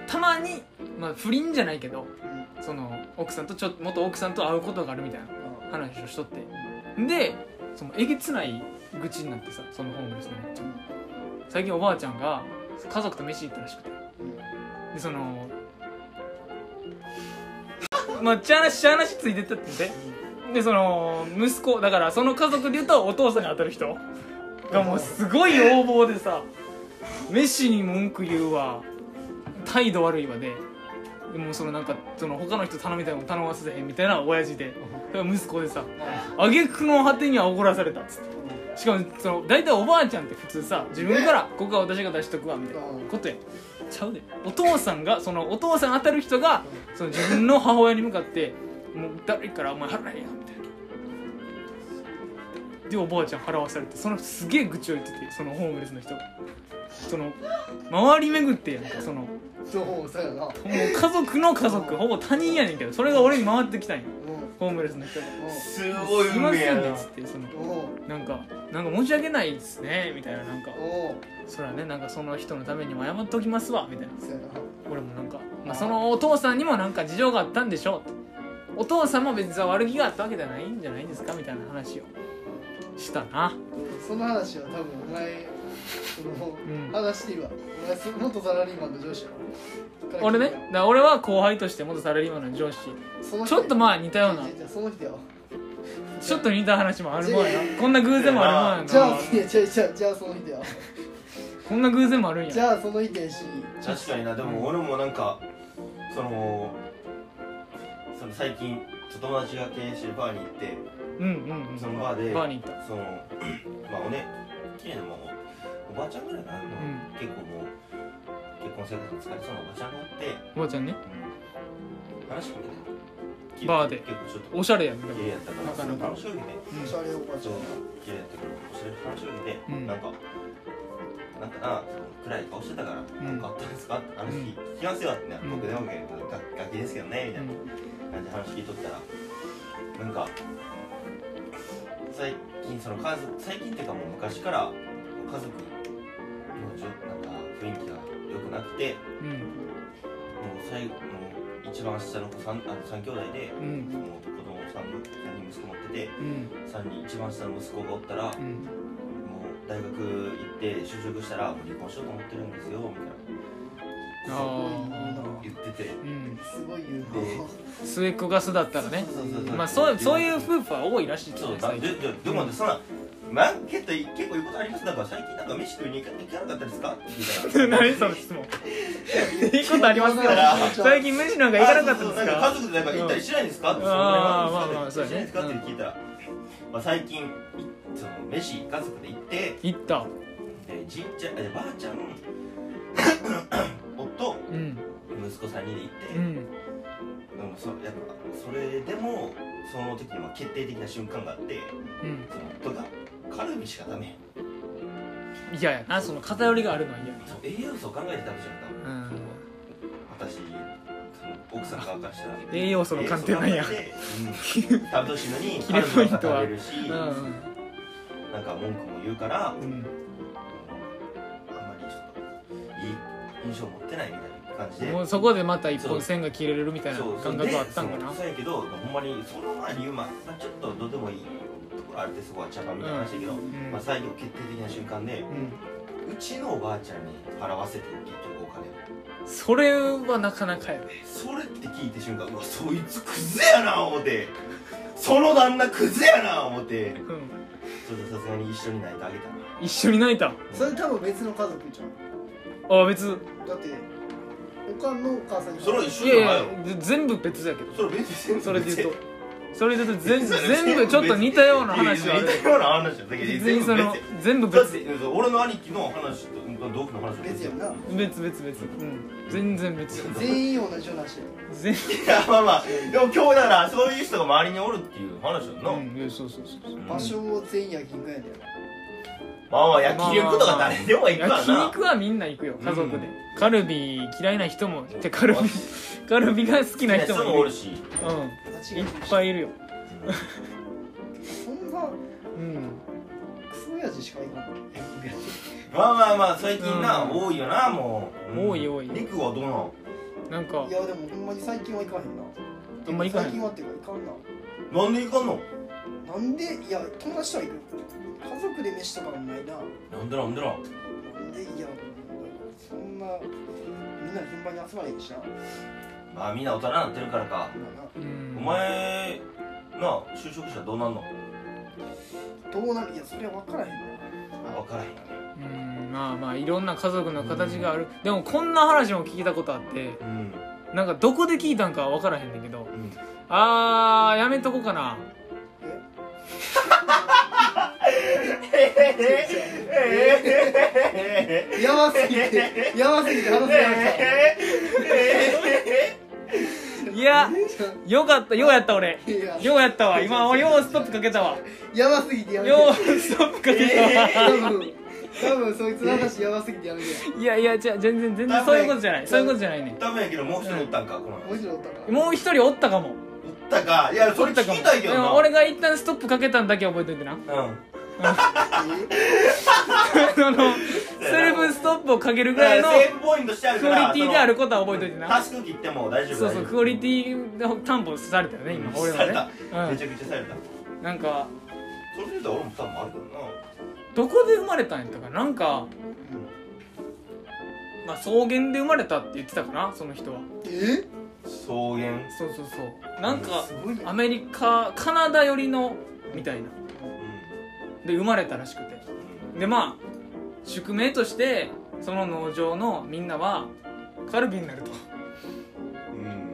Speaker 1: たまに、まあ、不倫じゃないけどその奥さんとちょ元奥さんと会うことがあるみたいな話をしとってでそのえげつない愚痴になってさそのホームレスのめっちゃ最近おばあちゃんが家族と飯行ったらしくてでそのまあちゃーなしちゃーなしついてったってんででその息子だからその家族でいうとお父さんに当たる人がもうすごい横暴でさ飯に文句言うわ態度悪いわででもうそのなんかその他の人頼みたいもん頼ませてへんみたいな親父でだから息子でさ挙句の果てには怒らされたっつってしかもその大体おばあちゃんって普通さ自分からここは私が出しとくわみたいなことやちゃうでお父さんがそのお父さん当たる人がその自分の母親に向かって「もう誰からお前払えや」みたいなでおばあちゃん払わされてその人すげえ愚痴を言っててそのホームレスの人がその回り巡ってやんかそのも
Speaker 2: そうそうやな
Speaker 1: う家族の家族ほぼ他人やねんけどそれが俺に回ってきたんよ
Speaker 2: う
Speaker 1: ホームレスの人が
Speaker 4: す
Speaker 1: 「
Speaker 4: ごい
Speaker 1: すいま
Speaker 4: 運命
Speaker 1: せ
Speaker 4: や
Speaker 1: んね」
Speaker 4: な
Speaker 1: っつってそ
Speaker 2: ん
Speaker 1: の
Speaker 2: うん
Speaker 1: なんか「なんか申し訳ないですね」みたいななんか
Speaker 2: うんうん
Speaker 1: 「そらねなんかその人のためにも謝っておきますわ」みたいな
Speaker 2: そうやな
Speaker 1: 俺もなんか、まあ、そのお父さんにもなんか事情があったんでしょうってお父さんも別に悪気があったわけじゃないんじゃないですかみたいな話をしたな
Speaker 2: その話は多分お前その
Speaker 1: うん
Speaker 2: 話していいわお前す元サラリーマンの上司やろ
Speaker 1: 俺ねだから俺は後輩として元サラリーマンの上司
Speaker 2: その
Speaker 1: ち
Speaker 2: 人
Speaker 1: ょっとまあ似たような
Speaker 2: じゃあじゃあその人やわ
Speaker 1: ちょっと似た話もあるもんやなこんな偶然もあるもん
Speaker 2: じ
Speaker 1: や
Speaker 2: ゃ
Speaker 1: な
Speaker 2: あいやじゃあじゃあじゃあその人やわ
Speaker 1: こんな偶然もあるん
Speaker 2: じ
Speaker 1: や
Speaker 2: ゃあその人やし
Speaker 4: 確かになでも俺もなんかそのその最近ちょっと友達が経営してるバーに行って
Speaker 1: うんうんうん
Speaker 4: そのバーで
Speaker 1: バーに行った
Speaker 4: その まあおね綺麗なもうおばあちゃんぐらいかな、結構もう結婚生活に疲れそうなおばちゃんがおって、
Speaker 1: おばあちゃんね
Speaker 4: 話しかけて
Speaker 1: バーで
Speaker 4: 結構ちょっと
Speaker 1: おしゃれやんでも
Speaker 4: 綺麗やったか
Speaker 1: な
Speaker 4: ら
Speaker 1: かなか
Speaker 4: 話しかけ
Speaker 1: うん
Speaker 4: て
Speaker 2: シャレおばちゃ
Speaker 4: そうん綺麗やったからそれで話しかけて、
Speaker 1: うん
Speaker 4: なんかなんかなその暗い顔してたから、
Speaker 1: ん
Speaker 4: なんかあったんですかあの
Speaker 1: うん
Speaker 4: 日聞きますよってね、
Speaker 1: うん
Speaker 4: 僕でもけどがガキですけどねみたいな、なんで話聞いとったらなんか最近その家族最近っていうかもう昔から家族のちょなんか雰囲気が良くなくても
Speaker 1: うんうん
Speaker 4: う最後もう一番下の子三あの三兄弟で
Speaker 1: う
Speaker 4: も
Speaker 1: ん
Speaker 4: う子供三人三人息子持ってて
Speaker 1: うん
Speaker 4: 三人一番下の息子がおったら、も
Speaker 1: うん
Speaker 4: う大学行って就職したらもう離婚しようと思ってるんですよみたいな
Speaker 1: あ
Speaker 4: 言ってて。
Speaker 1: ーうん
Speaker 2: すごい言うな
Speaker 1: 末っ子が巣だったらね
Speaker 4: そうそうそう
Speaker 1: まあそうそういう夫婦は多いらしいけど
Speaker 4: そう
Speaker 1: ね
Speaker 4: だ
Speaker 1: 最
Speaker 4: で
Speaker 1: 近
Speaker 4: ででもねそんなマーケット結構いいことありますなんか最近なんか飯食いに行か行かなかったですかみたいな
Speaker 1: 何その質問いいことありますか
Speaker 4: から
Speaker 1: 最近飯なんか行かなかったんです
Speaker 4: あ
Speaker 1: か
Speaker 4: そうそうなんか家族でなんか行ったりしないんですか
Speaker 1: う
Speaker 4: っ
Speaker 1: ん
Speaker 4: て
Speaker 1: あーまあまあ
Speaker 4: そんな
Speaker 1: そうやね
Speaker 4: に行かないんですかって聞いたら、まあ、最近いその飯家族で行って
Speaker 1: 行った
Speaker 4: でじいちゃんえばあちゃん 夫
Speaker 1: うん
Speaker 4: 息子3人で行って、
Speaker 1: うん
Speaker 4: でもそやっぱそれでもその時には決定的な瞬間があって
Speaker 1: うん
Speaker 4: その夫がカルビしかダメ
Speaker 1: 嫌やなその偏りがあるのは嫌や
Speaker 4: そう栄養素を考えて食べちゃった
Speaker 1: なうん
Speaker 4: 私その奥さん側からしたら
Speaker 1: 栄養素の観点なんや
Speaker 4: 栄養素の観点でうん食べてほしいのに
Speaker 1: 切れポイントは
Speaker 4: 彼女が食べるし、
Speaker 1: うんうん
Speaker 4: なんか文句も言うから、あん
Speaker 1: うん
Speaker 4: まりちょっといい印象持ってないみたいな感じで
Speaker 1: もうそこでまた一本線が切れるみたいな
Speaker 4: そう
Speaker 1: 感覚はあったんか
Speaker 4: で
Speaker 1: な
Speaker 4: そうそうやけどほんまにその前に言うまあまあちょっとどうでもいいところあれってそこは茶番みたいな話だけど、
Speaker 1: ん
Speaker 4: まあ、最後決定的な瞬間で
Speaker 1: うん
Speaker 4: うちのおばあちゃんに払わせて結局お金を
Speaker 1: それはなかなかやね
Speaker 4: それって聞いた瞬間うわそいつクズやな思ってその旦那クズやな思って
Speaker 1: うん
Speaker 4: ちょっとさすがに一緒に泣いてあげたな
Speaker 1: 一緒に泣いた
Speaker 2: それ多分別の家族じゃん
Speaker 1: あ別
Speaker 2: だって他のお母さんに
Speaker 4: それは一緒
Speaker 1: い
Speaker 4: じゃ
Speaker 1: やい
Speaker 4: ない
Speaker 1: や
Speaker 4: よ
Speaker 1: ぜ全部別やけど
Speaker 4: それ別に
Speaker 1: それで言う
Speaker 4: と
Speaker 1: とそれで言うと全
Speaker 4: 別に
Speaker 1: 全部ちょっと似たような話
Speaker 4: 似
Speaker 1: はある
Speaker 4: たような話だけど
Speaker 1: 全員その全部
Speaker 4: だっ
Speaker 1: 別
Speaker 4: て俺の兄貴の話と同期の話は
Speaker 2: 別やんな
Speaker 4: うん
Speaker 1: 別別別うん全然別
Speaker 2: 全員同じような話や
Speaker 1: 全
Speaker 4: いやまあまあでも今日だからそういう人が周りにおるっていう話だな、
Speaker 1: うんいやそうそうそうそう
Speaker 4: うん
Speaker 2: 場所を全員焼き肉やねん
Speaker 4: まあまあ焼き肉とか誰でも行くから
Speaker 1: 焼
Speaker 4: な
Speaker 1: 肉はみんな行くよ家族で、
Speaker 4: うん
Speaker 1: カルビ嫌いな人もてかカルビカルビが好きな人
Speaker 4: 人
Speaker 1: もい
Speaker 4: もお
Speaker 1: る
Speaker 4: るし
Speaker 1: う
Speaker 2: 間
Speaker 1: んい
Speaker 2: 違
Speaker 1: っ
Speaker 2: いない
Speaker 1: ぱいいるよ
Speaker 2: そんな
Speaker 1: うん
Speaker 2: クソ親父しかいない焼き肉や
Speaker 4: まあまあまあ最近な、
Speaker 1: うん
Speaker 4: 多いよなもう、
Speaker 1: 多い多い
Speaker 4: 肉はどうなの
Speaker 1: なんか
Speaker 2: いやでもほんまに最近は行かへんな
Speaker 1: あんま行かへ
Speaker 2: 最近
Speaker 1: ん
Speaker 2: はっていうか行かんな
Speaker 4: なんでいかんの
Speaker 2: なんでいや友達とは行く家族で飯とかもないな
Speaker 4: なんでなんでなん
Speaker 2: なんでいやそんなみんな頻繁に集まれへんしな
Speaker 4: まあみんな大人になってるからか
Speaker 2: ほんまな
Speaker 1: うん
Speaker 4: お前なあ就職したらどうなんの
Speaker 2: どうなるいやそれは分からへんな
Speaker 4: 分からへんよね
Speaker 1: うんまあまあいろんな家族の形がある、でもこんな話も聞いたことあって
Speaker 4: うん
Speaker 1: なんかどこで聞いたんかわからへんねんけど
Speaker 4: うん
Speaker 1: あーやめとこうかな
Speaker 2: え
Speaker 4: え
Speaker 2: やばすぎて、やばすぎて話せなかっ
Speaker 1: いや
Speaker 2: た
Speaker 1: よかったようやった俺
Speaker 2: いや。
Speaker 1: ようやったわ今ようストップかけたわよ
Speaker 2: やばすぎてやめて。
Speaker 1: うストップかけたわ
Speaker 2: 多分多分そいつの話やばすぎてやめて
Speaker 1: いやいやじゃあ全然全然そういうことじゃないそういうことじゃないね
Speaker 4: 多分やけどもう一人おったんかこの
Speaker 2: 面白かったな
Speaker 1: もう一人おったかも
Speaker 4: おったかいやそ
Speaker 1: お
Speaker 4: れ
Speaker 1: っ
Speaker 4: 聞
Speaker 1: たかも
Speaker 4: きたいけど
Speaker 1: で
Speaker 4: な
Speaker 1: も俺が一旦ストップかけたんだけ覚えといてな
Speaker 4: うん
Speaker 2: え
Speaker 1: あのセルフストップをかけるぐらいの
Speaker 4: セーブポイントしてある
Speaker 1: ク
Speaker 4: か
Speaker 1: オリ
Speaker 4: ら
Speaker 1: ティである
Speaker 4: そ
Speaker 1: ことは覚えといて
Speaker 4: の
Speaker 1: な
Speaker 4: タスク切っても大丈夫
Speaker 1: そうそうクオリテ
Speaker 4: ィ
Speaker 1: ィの担保されたよね今俺
Speaker 4: され
Speaker 1: は
Speaker 4: た
Speaker 1: ね、
Speaker 4: めちゃくちゃされた
Speaker 1: うん、なんか
Speaker 4: それで言うと俺も多分あるけどな
Speaker 1: どこで生まれたんやったかななんか、まあ、草原で生まれたって言ってたかなその人は
Speaker 2: え
Speaker 4: 草原
Speaker 1: そうそうそうなんか
Speaker 2: すごいね
Speaker 1: アメリカカナダ寄りのみたいな
Speaker 4: う
Speaker 1: で生まれたらしくてでまあ宿命としてその農場のみんなはカルビになると
Speaker 4: んうん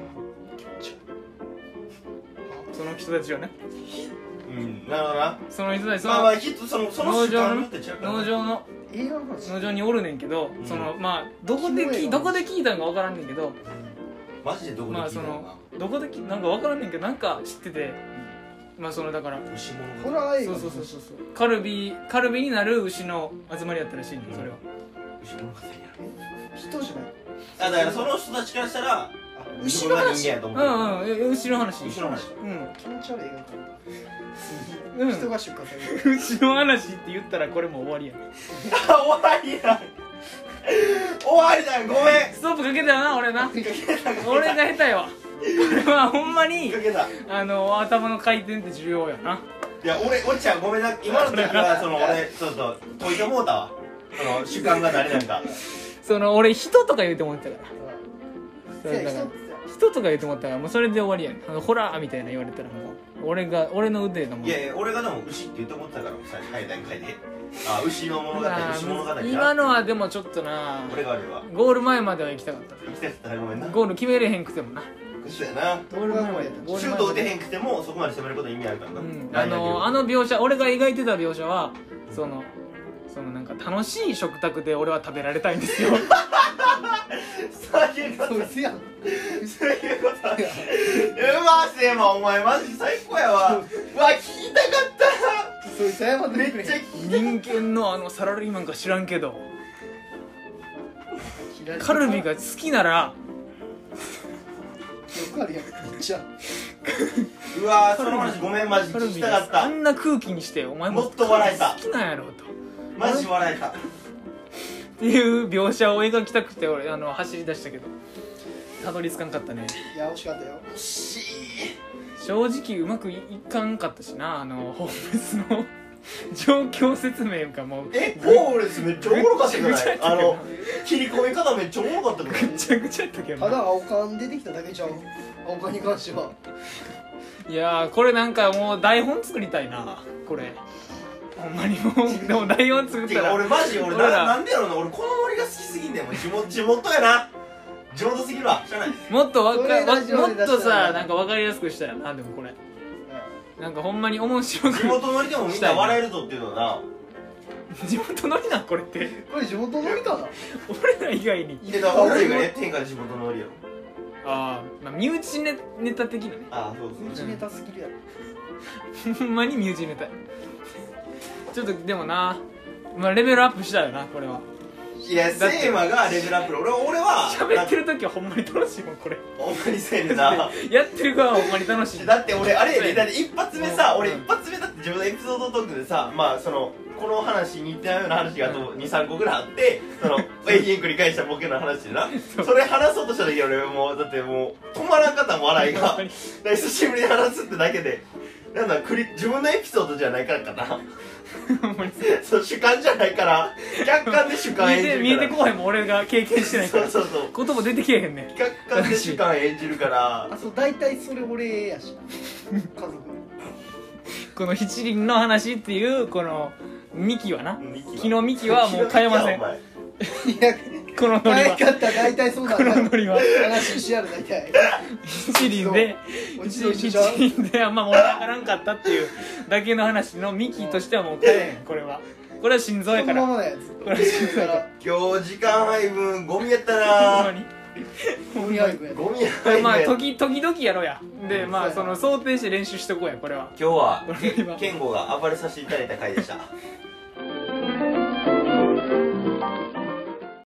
Speaker 1: その人たちはね
Speaker 4: うんなるほどな
Speaker 1: その人たちその
Speaker 4: まあまあヒットそのその
Speaker 1: 農
Speaker 4: 主
Speaker 1: 場
Speaker 4: 観
Speaker 1: の
Speaker 4: によ
Speaker 1: ね
Speaker 4: って違うから
Speaker 1: 農場の
Speaker 2: 映画の話
Speaker 1: 農場におるねんけど、
Speaker 4: うん
Speaker 1: そのまあどこで
Speaker 2: キモい
Speaker 1: き
Speaker 2: よ
Speaker 1: どこで聞いたんか分からんねんけど
Speaker 4: マジでどこで
Speaker 1: まあ
Speaker 4: 聞い
Speaker 1: そ
Speaker 4: たの
Speaker 1: の
Speaker 4: か
Speaker 1: どこできなんか分からんねんけどなんか知っててまあそのだから
Speaker 4: な牛物
Speaker 2: ホ
Speaker 4: 語
Speaker 2: ラー映
Speaker 1: そ
Speaker 2: 画
Speaker 1: うそうそうそうそうカルビカルビになる牛の集まりやったらしいねんそれは
Speaker 4: 牛物語や
Speaker 2: 人じゃない
Speaker 4: ろあだからその人たちからしたら
Speaker 2: あ
Speaker 4: 牛
Speaker 2: 牛
Speaker 4: の
Speaker 2: の
Speaker 4: 人間
Speaker 2: 話
Speaker 4: やと思って
Speaker 1: うんうんえ牛の話
Speaker 4: 牛の話
Speaker 1: うん
Speaker 2: 気持ち悪い映画だった
Speaker 1: うん
Speaker 2: 人が出荷される
Speaker 1: 牛の話って言ったらこれもう終わりやん
Speaker 4: あ 終わりやん終わりだよごめん
Speaker 1: ストップかけたよな俺な俺が下手よこれはほんまに
Speaker 4: かけた
Speaker 1: あの頭の回転って重要やない
Speaker 4: や俺俺ちゃんごめんな今の時はその俺ちょっと解いてもうたわその主観が誰なんか
Speaker 1: その俺人とか言うて思ってたからそ
Speaker 2: せや
Speaker 1: れだ
Speaker 2: 人
Speaker 1: から
Speaker 2: ってさ
Speaker 1: 人とか言うと思ったらもうそれで終わりやねんあのホラーみたいな言われたらもう俺が俺の腕のも
Speaker 4: い
Speaker 1: の
Speaker 4: やいや俺がでも牛って言うと思ってたから最初早い段階であ牛の物語
Speaker 1: あー
Speaker 4: 牛物語や
Speaker 1: 今のはでもちょっとな
Speaker 4: 俺があれは
Speaker 1: ゴール前までは行きたかっ
Speaker 4: 行きたかったらごめんな
Speaker 1: たゴール決めれへんくてもな
Speaker 4: そうやな
Speaker 1: ゴール前までゴール前まで
Speaker 4: シュート打てへんくてもそこまで攻めることに意味あるからな、
Speaker 1: うん、
Speaker 4: ラ
Speaker 1: あ
Speaker 4: イン上げる
Speaker 1: のあの描写俺が描いてた描写はそのそのなんか楽しい食卓で俺は食べられたいんです よ
Speaker 4: そういうこと
Speaker 2: そうせやん
Speaker 4: そういうことうませえまお前マジ最高やわうわ聞いたかっ
Speaker 2: そう謝ったて
Speaker 4: め
Speaker 2: めっ
Speaker 4: っち
Speaker 2: ち
Speaker 4: ゃ
Speaker 2: ゃ
Speaker 4: 聞いた
Speaker 1: 人間のあのサラリーマンか知らんけど
Speaker 2: 嫌い
Speaker 1: カルビが好きなら
Speaker 2: よくあるやんめっちゃ
Speaker 4: うわその話ごめんマジ
Speaker 1: カル
Speaker 4: 聞
Speaker 1: ビ
Speaker 4: きたかっ
Speaker 1: があ
Speaker 4: た
Speaker 1: んな空気にしてお前も
Speaker 4: もっと笑えた
Speaker 1: 好きなんやろとっ
Speaker 4: マジ笑えた
Speaker 1: ていう描写を描きたくて俺あの走り出したけどたどり着かんかったね
Speaker 2: いや惜しかったよ
Speaker 4: 惜し
Speaker 1: 正直うまくいいかんかったしなあのホームレスの 状況説明がもう
Speaker 4: いえポーレスめっちゃおもろかったじゃ
Speaker 1: ぐ
Speaker 4: な
Speaker 1: ちゃぐ
Speaker 4: い
Speaker 1: ちゃ
Speaker 4: あ
Speaker 1: やったけど
Speaker 4: の切り込み方めっちゃおもろかったじゃ
Speaker 1: ぐちゃぐちゃやったけど
Speaker 2: た
Speaker 1: な
Speaker 2: だ青缶出てきただけじゃん青缶に関してはい
Speaker 1: やーこれなんかもう台本作りたいなこれほんまにもう でも台本作
Speaker 4: ん
Speaker 1: ってた
Speaker 4: から俺マジ俺な
Speaker 1: 俺ら
Speaker 4: なんでやろうな俺このノリが好きすぎんねんもう地元地元やな地元すぎるわ知らない
Speaker 1: もっとわか
Speaker 2: これ
Speaker 1: わ
Speaker 2: ラジオ
Speaker 1: も
Speaker 2: で
Speaker 1: っ
Speaker 2: 出したら
Speaker 1: とさなんか分かりやすくしたらなでもこれなんかほんまに面白く
Speaker 4: 地元ノリでもみんな笑えるぞっていうのは
Speaker 1: 地元のりなんこれって
Speaker 2: これ地元のりかな
Speaker 1: 俺ら以外に
Speaker 4: なけど俺がやってへんから地元ノリやろ
Speaker 1: あー、まあ身内ネネタ的なね
Speaker 4: ああそうそう
Speaker 2: うちネタすぎるやろ
Speaker 1: ほんまに身内ネタちょっとでもなまあレベルアップしたよなこれはい
Speaker 4: や
Speaker 1: だって
Speaker 4: セイマがレベルアップ俺俺は
Speaker 1: 喋ってる時はほんまに楽しいもんこれ
Speaker 4: ほんまにそうやねんな
Speaker 1: やってる側はほんまに楽しい
Speaker 4: だって俺あれやでだって一発目さ
Speaker 1: うん
Speaker 4: 俺一発目だって自分のエピソードトークでさまあそのこの話に似たような話があと23個ぐらいあってその永遠繰り返したボケの話でな
Speaker 1: そう
Speaker 4: それ話そうとした時俺もうだってもう止まらんかったもん笑いがだ
Speaker 1: ほ
Speaker 4: か
Speaker 1: んまに
Speaker 4: ら久しぶりに話すってだけでなんだ繰り自分のエピソードじゃないからかな
Speaker 1: ほんまに
Speaker 4: そう主観じゃないから客観で主観
Speaker 1: 見
Speaker 4: 演
Speaker 1: え
Speaker 4: じる
Speaker 1: て
Speaker 4: から
Speaker 1: 見えてこうへんもん俺が経験してないか
Speaker 4: そう
Speaker 1: ら
Speaker 4: そうそう
Speaker 1: 言葉出てきえへんねん
Speaker 4: 客観で主観演じるから
Speaker 2: あそう大体それ俺やしな家族
Speaker 1: この七輪の話っていうこの幹はな
Speaker 4: ミキは
Speaker 1: 木の幹はもう変えません
Speaker 4: お前
Speaker 2: いや
Speaker 1: このノリ
Speaker 2: 大
Speaker 1: は
Speaker 2: かったら大体そうだ
Speaker 1: この
Speaker 2: な
Speaker 1: ノリは
Speaker 2: 話しやる大体
Speaker 1: 七輪で
Speaker 2: 落ち
Speaker 1: 一
Speaker 2: てきちゃう
Speaker 1: 輪であんま盛り上がらんかったっていうだけの話の幹としてはもう変えへんこれはこれは心臓
Speaker 2: そ
Speaker 1: や
Speaker 2: の
Speaker 1: か
Speaker 2: ま
Speaker 1: ら
Speaker 2: まだやつ
Speaker 1: これは心 臓やか
Speaker 4: 今日時間配分ゴミやった
Speaker 1: らほん
Speaker 4: な
Speaker 1: まに
Speaker 2: ゴミ配分やつ
Speaker 4: ゴミや配分
Speaker 1: まあ
Speaker 4: 今
Speaker 1: 時時々やろうやでまあ
Speaker 2: そ
Speaker 1: そう
Speaker 2: やな
Speaker 1: の想定して練習しとこうやこれは
Speaker 4: 日は
Speaker 1: ゴミは
Speaker 4: 健吾が暴れさせていただいた回でした